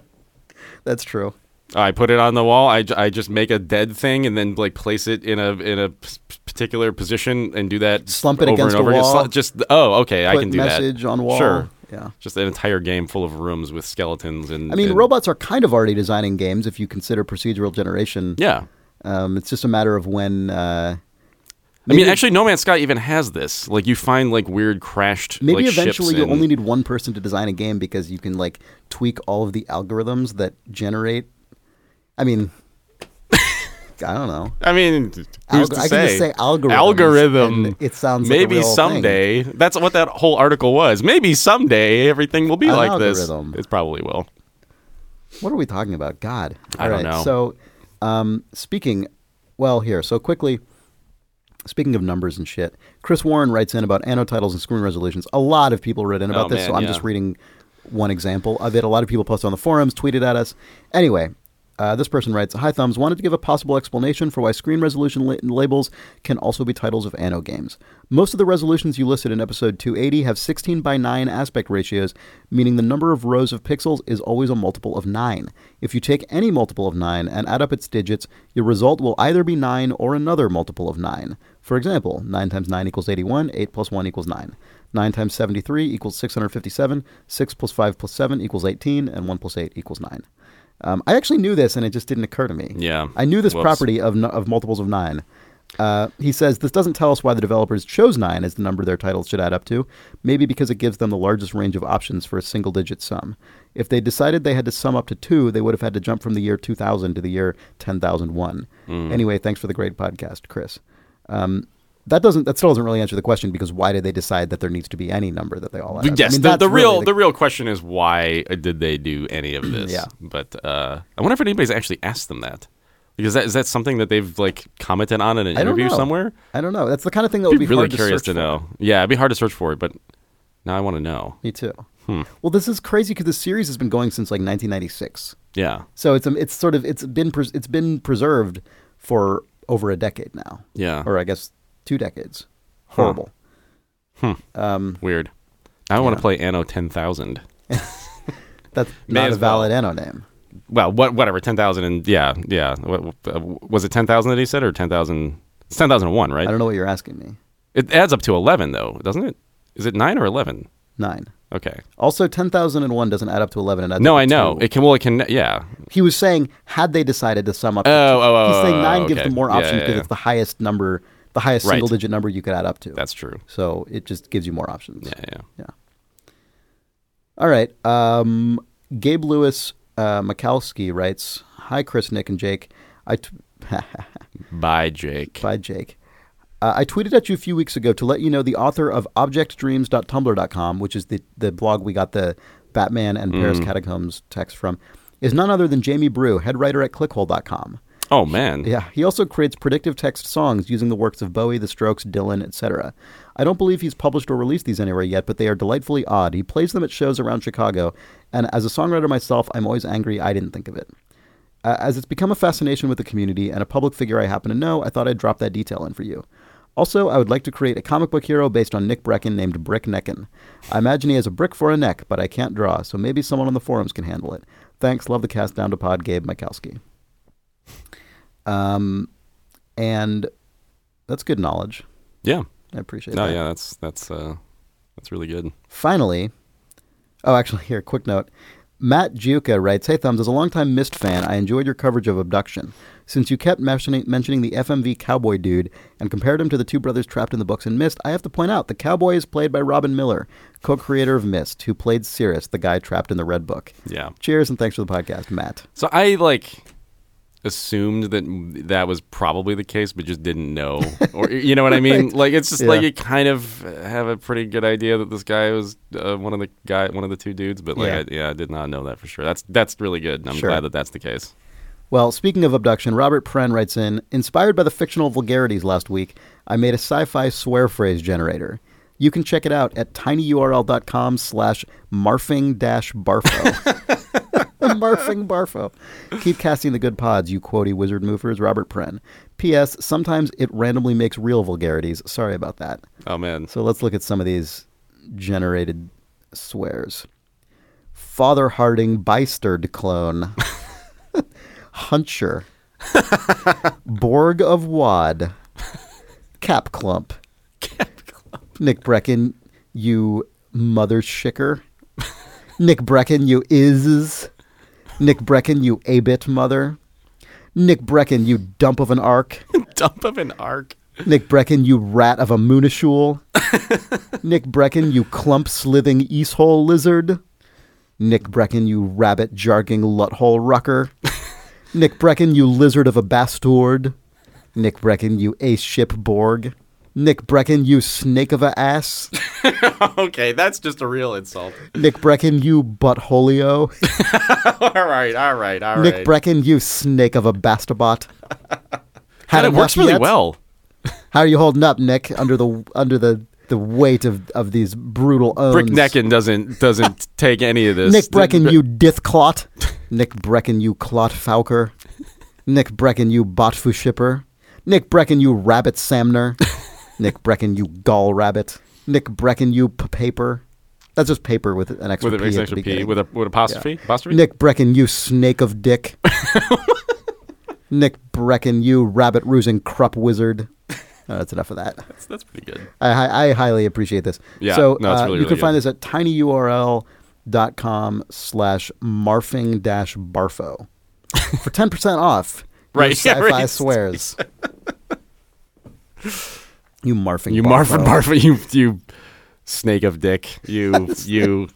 Speaker 1: That's true.
Speaker 2: I put it on the wall. I, ju- I just make a dead thing and then like place it in a in a p- particular position and do that.
Speaker 1: Slump it
Speaker 2: over
Speaker 1: against
Speaker 2: and over
Speaker 1: a
Speaker 2: again. Slu-
Speaker 1: wall.
Speaker 2: Just oh, okay, I
Speaker 1: Put
Speaker 2: can do
Speaker 1: message
Speaker 2: that.
Speaker 1: on wall.
Speaker 2: Sure.
Speaker 1: Yeah.
Speaker 2: Just an entire game full of rooms with skeletons and.
Speaker 1: I mean,
Speaker 2: and-
Speaker 1: robots are kind of already designing games if you consider procedural generation.
Speaker 2: Yeah.
Speaker 1: Um, it's just a matter of when. Uh,
Speaker 2: I mean,
Speaker 1: maybe-
Speaker 2: actually, No Man's Sky even has this. Like, you find like weird crashed.
Speaker 1: Maybe
Speaker 2: like, ships
Speaker 1: eventually you
Speaker 2: and-
Speaker 1: only need one person to design a game because you can like tweak all of the algorithms that generate. I mean, I don't know.
Speaker 2: I mean, who's
Speaker 1: Alg-
Speaker 2: to
Speaker 1: I
Speaker 2: say?
Speaker 1: can just say algorithms,
Speaker 2: Algorithm.
Speaker 1: and it sounds like a
Speaker 2: maybe
Speaker 1: real thing.
Speaker 2: someday. That's what that whole article was. Maybe someday everything will be
Speaker 1: An
Speaker 2: like
Speaker 1: algorithm.
Speaker 2: this. It probably will.
Speaker 1: What are we talking about? God,
Speaker 2: I don't
Speaker 1: Alright,
Speaker 2: know.
Speaker 1: So, um, speaking, well, here so quickly. Speaking of numbers and shit, Chris Warren writes in about anno titles and screen resolutions. A lot of people wrote in about
Speaker 2: Oh,
Speaker 1: this, so
Speaker 2: man,
Speaker 1: I'm
Speaker 2: yeah.
Speaker 1: just reading one example of it. A lot of people posted on the forums, tweeted at us. Anyway, uh, this person writes, "Hi thumbs, wanted to give a possible explanation for why screen resolution la- labels can also be titles of anno games. Most of the resolutions you listed in episode 280 have 16 by 9 aspect ratios, meaning the number of rows of pixels is always a multiple of 9. If you take any multiple of 9 and add up its digits, your result will either be 9 or another multiple of 9. For example, 9 times 9 equals 81, 8 plus 1 equals 9. 9 times 73 equals 657, 6 plus 5 plus 7 equals 18, and 1 plus 8 equals 9. Um, I actually knew this and it just didn't occur to me.
Speaker 2: Yeah.
Speaker 1: I knew this
Speaker 2: Whoops.
Speaker 1: property of, n- of multiples of 9. Uh, he says this doesn't tell us why the developers chose 9 as the number their titles should add up to, maybe because it gives them the largest range of options for a single digit sum. If they decided they had to sum up to 2, they would have had to jump from the year 2000 to the year 10001.
Speaker 2: Hmm.
Speaker 1: Anyway, thanks for the great podcast, Chris. Um, that doesn't that still doesn't really answer the question because why did they decide that there needs to be any number that they all add? up? I
Speaker 2: yes,
Speaker 1: mean,
Speaker 2: the,
Speaker 1: that's
Speaker 2: the real
Speaker 1: really
Speaker 2: the, real question is why did they do any of this?
Speaker 1: Yeah.
Speaker 2: But uh, I wonder if anybody's actually asked them that. Because that is that something that they've like commented on in an
Speaker 1: I don't
Speaker 2: interview
Speaker 1: know.
Speaker 2: somewhere?
Speaker 1: I don't know. That's the kind of thing that would be
Speaker 2: really
Speaker 1: hard
Speaker 2: curious
Speaker 1: search
Speaker 2: to,
Speaker 1: for.
Speaker 2: know. Yeah, it'd be hard to search for it, but now I want to know.
Speaker 1: Me too.
Speaker 2: Hmm.
Speaker 1: Well, this is crazy because the series has been going since like 1996,
Speaker 2: Yeah.
Speaker 1: so it's um, it's sort of it's been pres- it's been preserved for over a decade now,
Speaker 2: Yeah.
Speaker 1: or I guess two decades. Horrible.
Speaker 2: Hmm.
Speaker 1: Um,
Speaker 2: Weird. Now I want
Speaker 1: Yeah.
Speaker 2: to play Anno 10,000.
Speaker 1: that's
Speaker 2: May
Speaker 1: not
Speaker 2: as
Speaker 1: a valid anno name.
Speaker 2: Well, what whatever 10,000 and yeah, yeah. What, uh, was it 10,000 that he said or 10,000 It's 10,001,
Speaker 1: I
Speaker 2: right?
Speaker 1: don't know what you're asking me.
Speaker 2: It adds up to 11 though, doesn't it? Is it 9 or 11?
Speaker 1: Nine.
Speaker 2: Okay.
Speaker 1: Also, ten thousand and one doesn't add up to eleven. And adds
Speaker 2: No,
Speaker 1: up to
Speaker 2: I know.
Speaker 1: two.
Speaker 2: It can. Well, it can. Yeah.
Speaker 1: He was saying had they decided to sum up.
Speaker 2: Oh,
Speaker 1: to two,
Speaker 2: oh,
Speaker 1: he's
Speaker 2: oh,
Speaker 1: saying
Speaker 2: oh,
Speaker 1: nine gives
Speaker 2: okay.
Speaker 1: them more
Speaker 2: Yeah,
Speaker 1: options
Speaker 2: yeah,
Speaker 1: because
Speaker 2: yeah.
Speaker 1: it's the highest number, the highest
Speaker 2: Right.
Speaker 1: single digit number you could add up to.
Speaker 2: That's true.
Speaker 1: so it just gives you more options.
Speaker 2: Yeah. Yeah.
Speaker 1: Yeah. All right. Um, Gabe Lewis uh, Mikowski writes Hi, Chris, Nick, and Jake. I t-
Speaker 2: Bye, Jake.
Speaker 1: by Jake. Uh, I tweeted at you a few weeks ago to let you know the author of objectdreams.tumblr.com, which is the, the blog we got the Batman and Paris Catacombs text from, is none other than Jamie Brew, head writer at clickhole.com.
Speaker 2: Oh man.
Speaker 1: Yeah, he also creates predictive text songs using the works of Bowie, The Strokes, Dylan, etc. I don't believe he's published or released these anywhere yet, but they are delightfully odd. He plays them at shows around Chicago, and as a songwriter myself, I'm always angry I didn't think of it. Uh, as it's become a fascination with the community and a public figure I happen to know, I thought I'd drop that detail in for you. Also, I would like to create a comic book hero based on Nick Brecken named Brick Neckin. I imagine he has a brick for a neck, but I can't draw, so maybe someone on the forums can handle it. Thanks, love the cast down to pod, Gabe Mikowski. Um, and that's good knowledge.
Speaker 2: Yeah.
Speaker 1: I appreciate
Speaker 2: No.
Speaker 1: that.
Speaker 2: Yeah. That's that's uh that's really good.
Speaker 1: Finally, oh, actually, here, quick note. Matt Giuca writes, Hey Thumbs, as a longtime Mist fan, I enjoyed your coverage of Abduction. Since you kept mentioning, mentioning the FMV cowboy dude and compared him to the two brothers trapped in the books in Mist, I have to point out the cowboy is played by Robin Miller, co creator of Mist, who played Cirrus, the guy trapped in the Red Book.
Speaker 2: Yeah.
Speaker 1: Cheers and thanks for the podcast, Matt.
Speaker 2: So I like assumed that that was probably the case, but just didn't know, or you know what I mean? Like it's just like
Speaker 1: Yeah.
Speaker 2: you kind of have a pretty good idea that this guy was uh, one of the guy, one of the two dudes, but like
Speaker 1: Yeah.
Speaker 2: I, yeah, I did not know that for sure. That's that's really good. I'm
Speaker 1: Sure.
Speaker 2: glad that that's the case.
Speaker 1: Well, speaking of abduction, Robert Pren writes in Inspired by the fictional vulgarities last week, I made a sci fi swear phrase generator. You can check it out at tinyurl.com slash marfing dash barfo. marfing barfo. Keep casting the good pods, you quotey wizard movers, Robert Pren. P.S. Sometimes it randomly makes real vulgarities. Sorry about that.
Speaker 2: Oh man,
Speaker 1: So let's look at some of these generated swears. Father Harding Bystard clone. Huncher. Borg of Wad. Cap Clump. Nick Brecken, you mother shicker. Nick Brecken, you is. Nick Brecken, you a bit mother. Nick Brecken, you dump of an arc.
Speaker 2: dump of an arc.
Speaker 1: Nick Brecken, you rat of a moonishule. Nick Brecken, you clump slithing easthole lizard. Nick Brecken, you rabbit jarking luthole rucker. Nick Brecken, you lizard of a bastard. Nick Brecken, you ace ship Borg. Nick Brecken, you snake of a ass.
Speaker 2: okay, that's just a real insult.
Speaker 1: Nick Brecken, you buttholio.
Speaker 2: all right, all right, all right.
Speaker 1: Nick Brecken, you snake of a bastobot. Had
Speaker 2: God, it
Speaker 1: enough
Speaker 2: works really
Speaker 1: yet?
Speaker 2: well.
Speaker 1: How are you holding up, Nick, under the under the the weight of, of these brutal owns?
Speaker 2: Brick Neckin doesn't doesn't take any of this.
Speaker 1: Nick Brecken, you dithclot. Nick Brecken, you clot falker. Nick Brecken, you botfu shipper. Nick Brecken, you rabbit samner. Nick Brecken, you gall rabbit. Nick Brecken, you p- paper. That's just paper with an extra
Speaker 2: with
Speaker 1: p.
Speaker 2: an
Speaker 1: at the
Speaker 2: extra P
Speaker 1: beginning.
Speaker 2: with a with apostrophe apostrophe.
Speaker 1: Nick Brecken, you snake of dick. Nick Brecken, you rabbit rusing Krupp wizard. Oh, that's enough of that.
Speaker 2: That's, that's pretty good.
Speaker 1: I, hi- I highly appreciate this.
Speaker 2: Yeah,
Speaker 1: so
Speaker 2: no, it's
Speaker 1: uh,
Speaker 2: really,
Speaker 1: you can
Speaker 2: really
Speaker 1: find
Speaker 2: good.
Speaker 1: this at tinyurl.com slash marfing dash barfo for 10% off your
Speaker 2: Right, yeah,
Speaker 1: sci-fi
Speaker 2: right.
Speaker 1: swears. you marfing
Speaker 2: You
Speaker 1: barfo.
Speaker 2: Marvin Barfa, you you snake of dick. You you.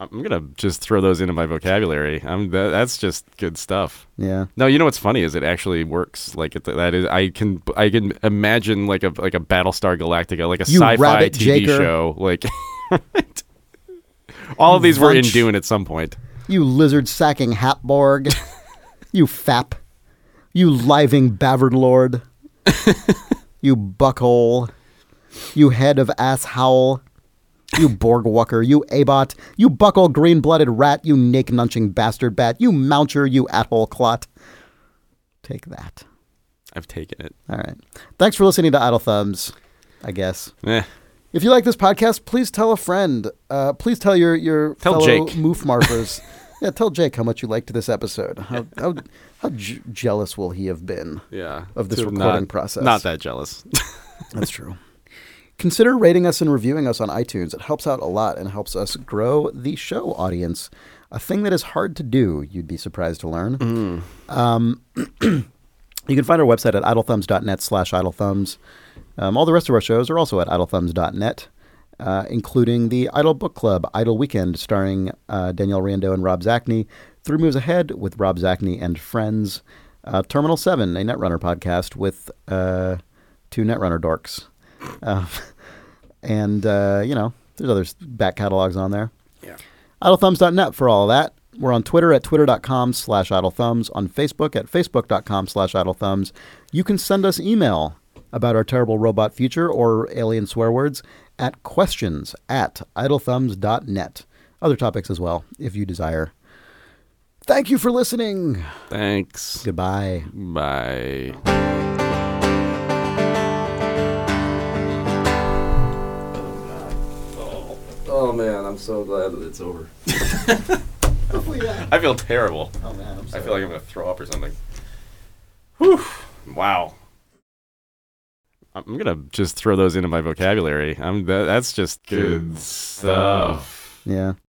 Speaker 2: I'm gonna just throw those into my vocabulary. I'm that, that's just good stuff.
Speaker 1: Yeah.
Speaker 2: No, you know what's funny is it actually works. Like it, that is, I can I can imagine like a like a Battlestar Galactica, like a
Speaker 1: You
Speaker 2: sci-fi
Speaker 1: rabbit
Speaker 2: TV
Speaker 1: jaker.
Speaker 2: show. Like right? all of these were in
Speaker 1: Lunch.
Speaker 2: Dune at some point.
Speaker 1: You lizard sacking Hatborg. you fap. You living Bavard Lord. you buckhole. You head of ass howl. You Borgwalker. You Abot. You buckle green blooded rat. You nake nunching bastard bat. You mouncher. You athole clot. Take that.
Speaker 2: I've taken it.
Speaker 1: All right. Thanks for listening to Idle Thumbs, I guess.
Speaker 2: Eh.
Speaker 1: If you like this podcast, please tell a friend. Uh, please tell your your
Speaker 2: Tell
Speaker 1: fellow
Speaker 2: Jake.
Speaker 1: moof marfers. yeah, tell Jake how much you liked this episode. How how, how j- jealous will he have been?
Speaker 2: Yeah.
Speaker 1: Of this
Speaker 2: To
Speaker 1: recording
Speaker 2: not-
Speaker 1: process.
Speaker 2: Not that jealous.
Speaker 1: That's true. Consider rating us and reviewing us on iTunes. It helps out a lot and helps us grow the show audience, a thing that is hard to do, you'd be surprised to learn.
Speaker 2: Mm-hmm.
Speaker 1: Um, you can find our website at idlethumbs.net slash idlethumbs. Um, all the rest of our shows are also at idlethumbs.net, uh, including the Idle Book Club, Idle Weekend, starring uh, Danielle Rando and Rob Zachney, Three Moves Ahead with Rob Zachney and Friends, uh, Terminal 7, a Netrunner podcast with uh, two Netrunner dorks Uh, and uh, you know there's other s- back catalogs on there
Speaker 2: yeah.
Speaker 1: idlethumbs.net for all of that we're on twitter at twitter.com slash idlethumbs on facebook at facebook.com slash idlethumbs you can send us email about our terrible robot future or alien swear words at questions at idlethumbs.net other topics as well if you desire thank you for listening
Speaker 2: Thanks.
Speaker 1: goodbye
Speaker 2: Bye. Oh man, I'm so glad that it's over. I feel terrible.
Speaker 1: oh man
Speaker 2: I feel like I'm gonna throw up or something. Whew. Wow. I'm gonna just throw those into my vocabulary. I'm that, that's just good stuff.
Speaker 1: yeah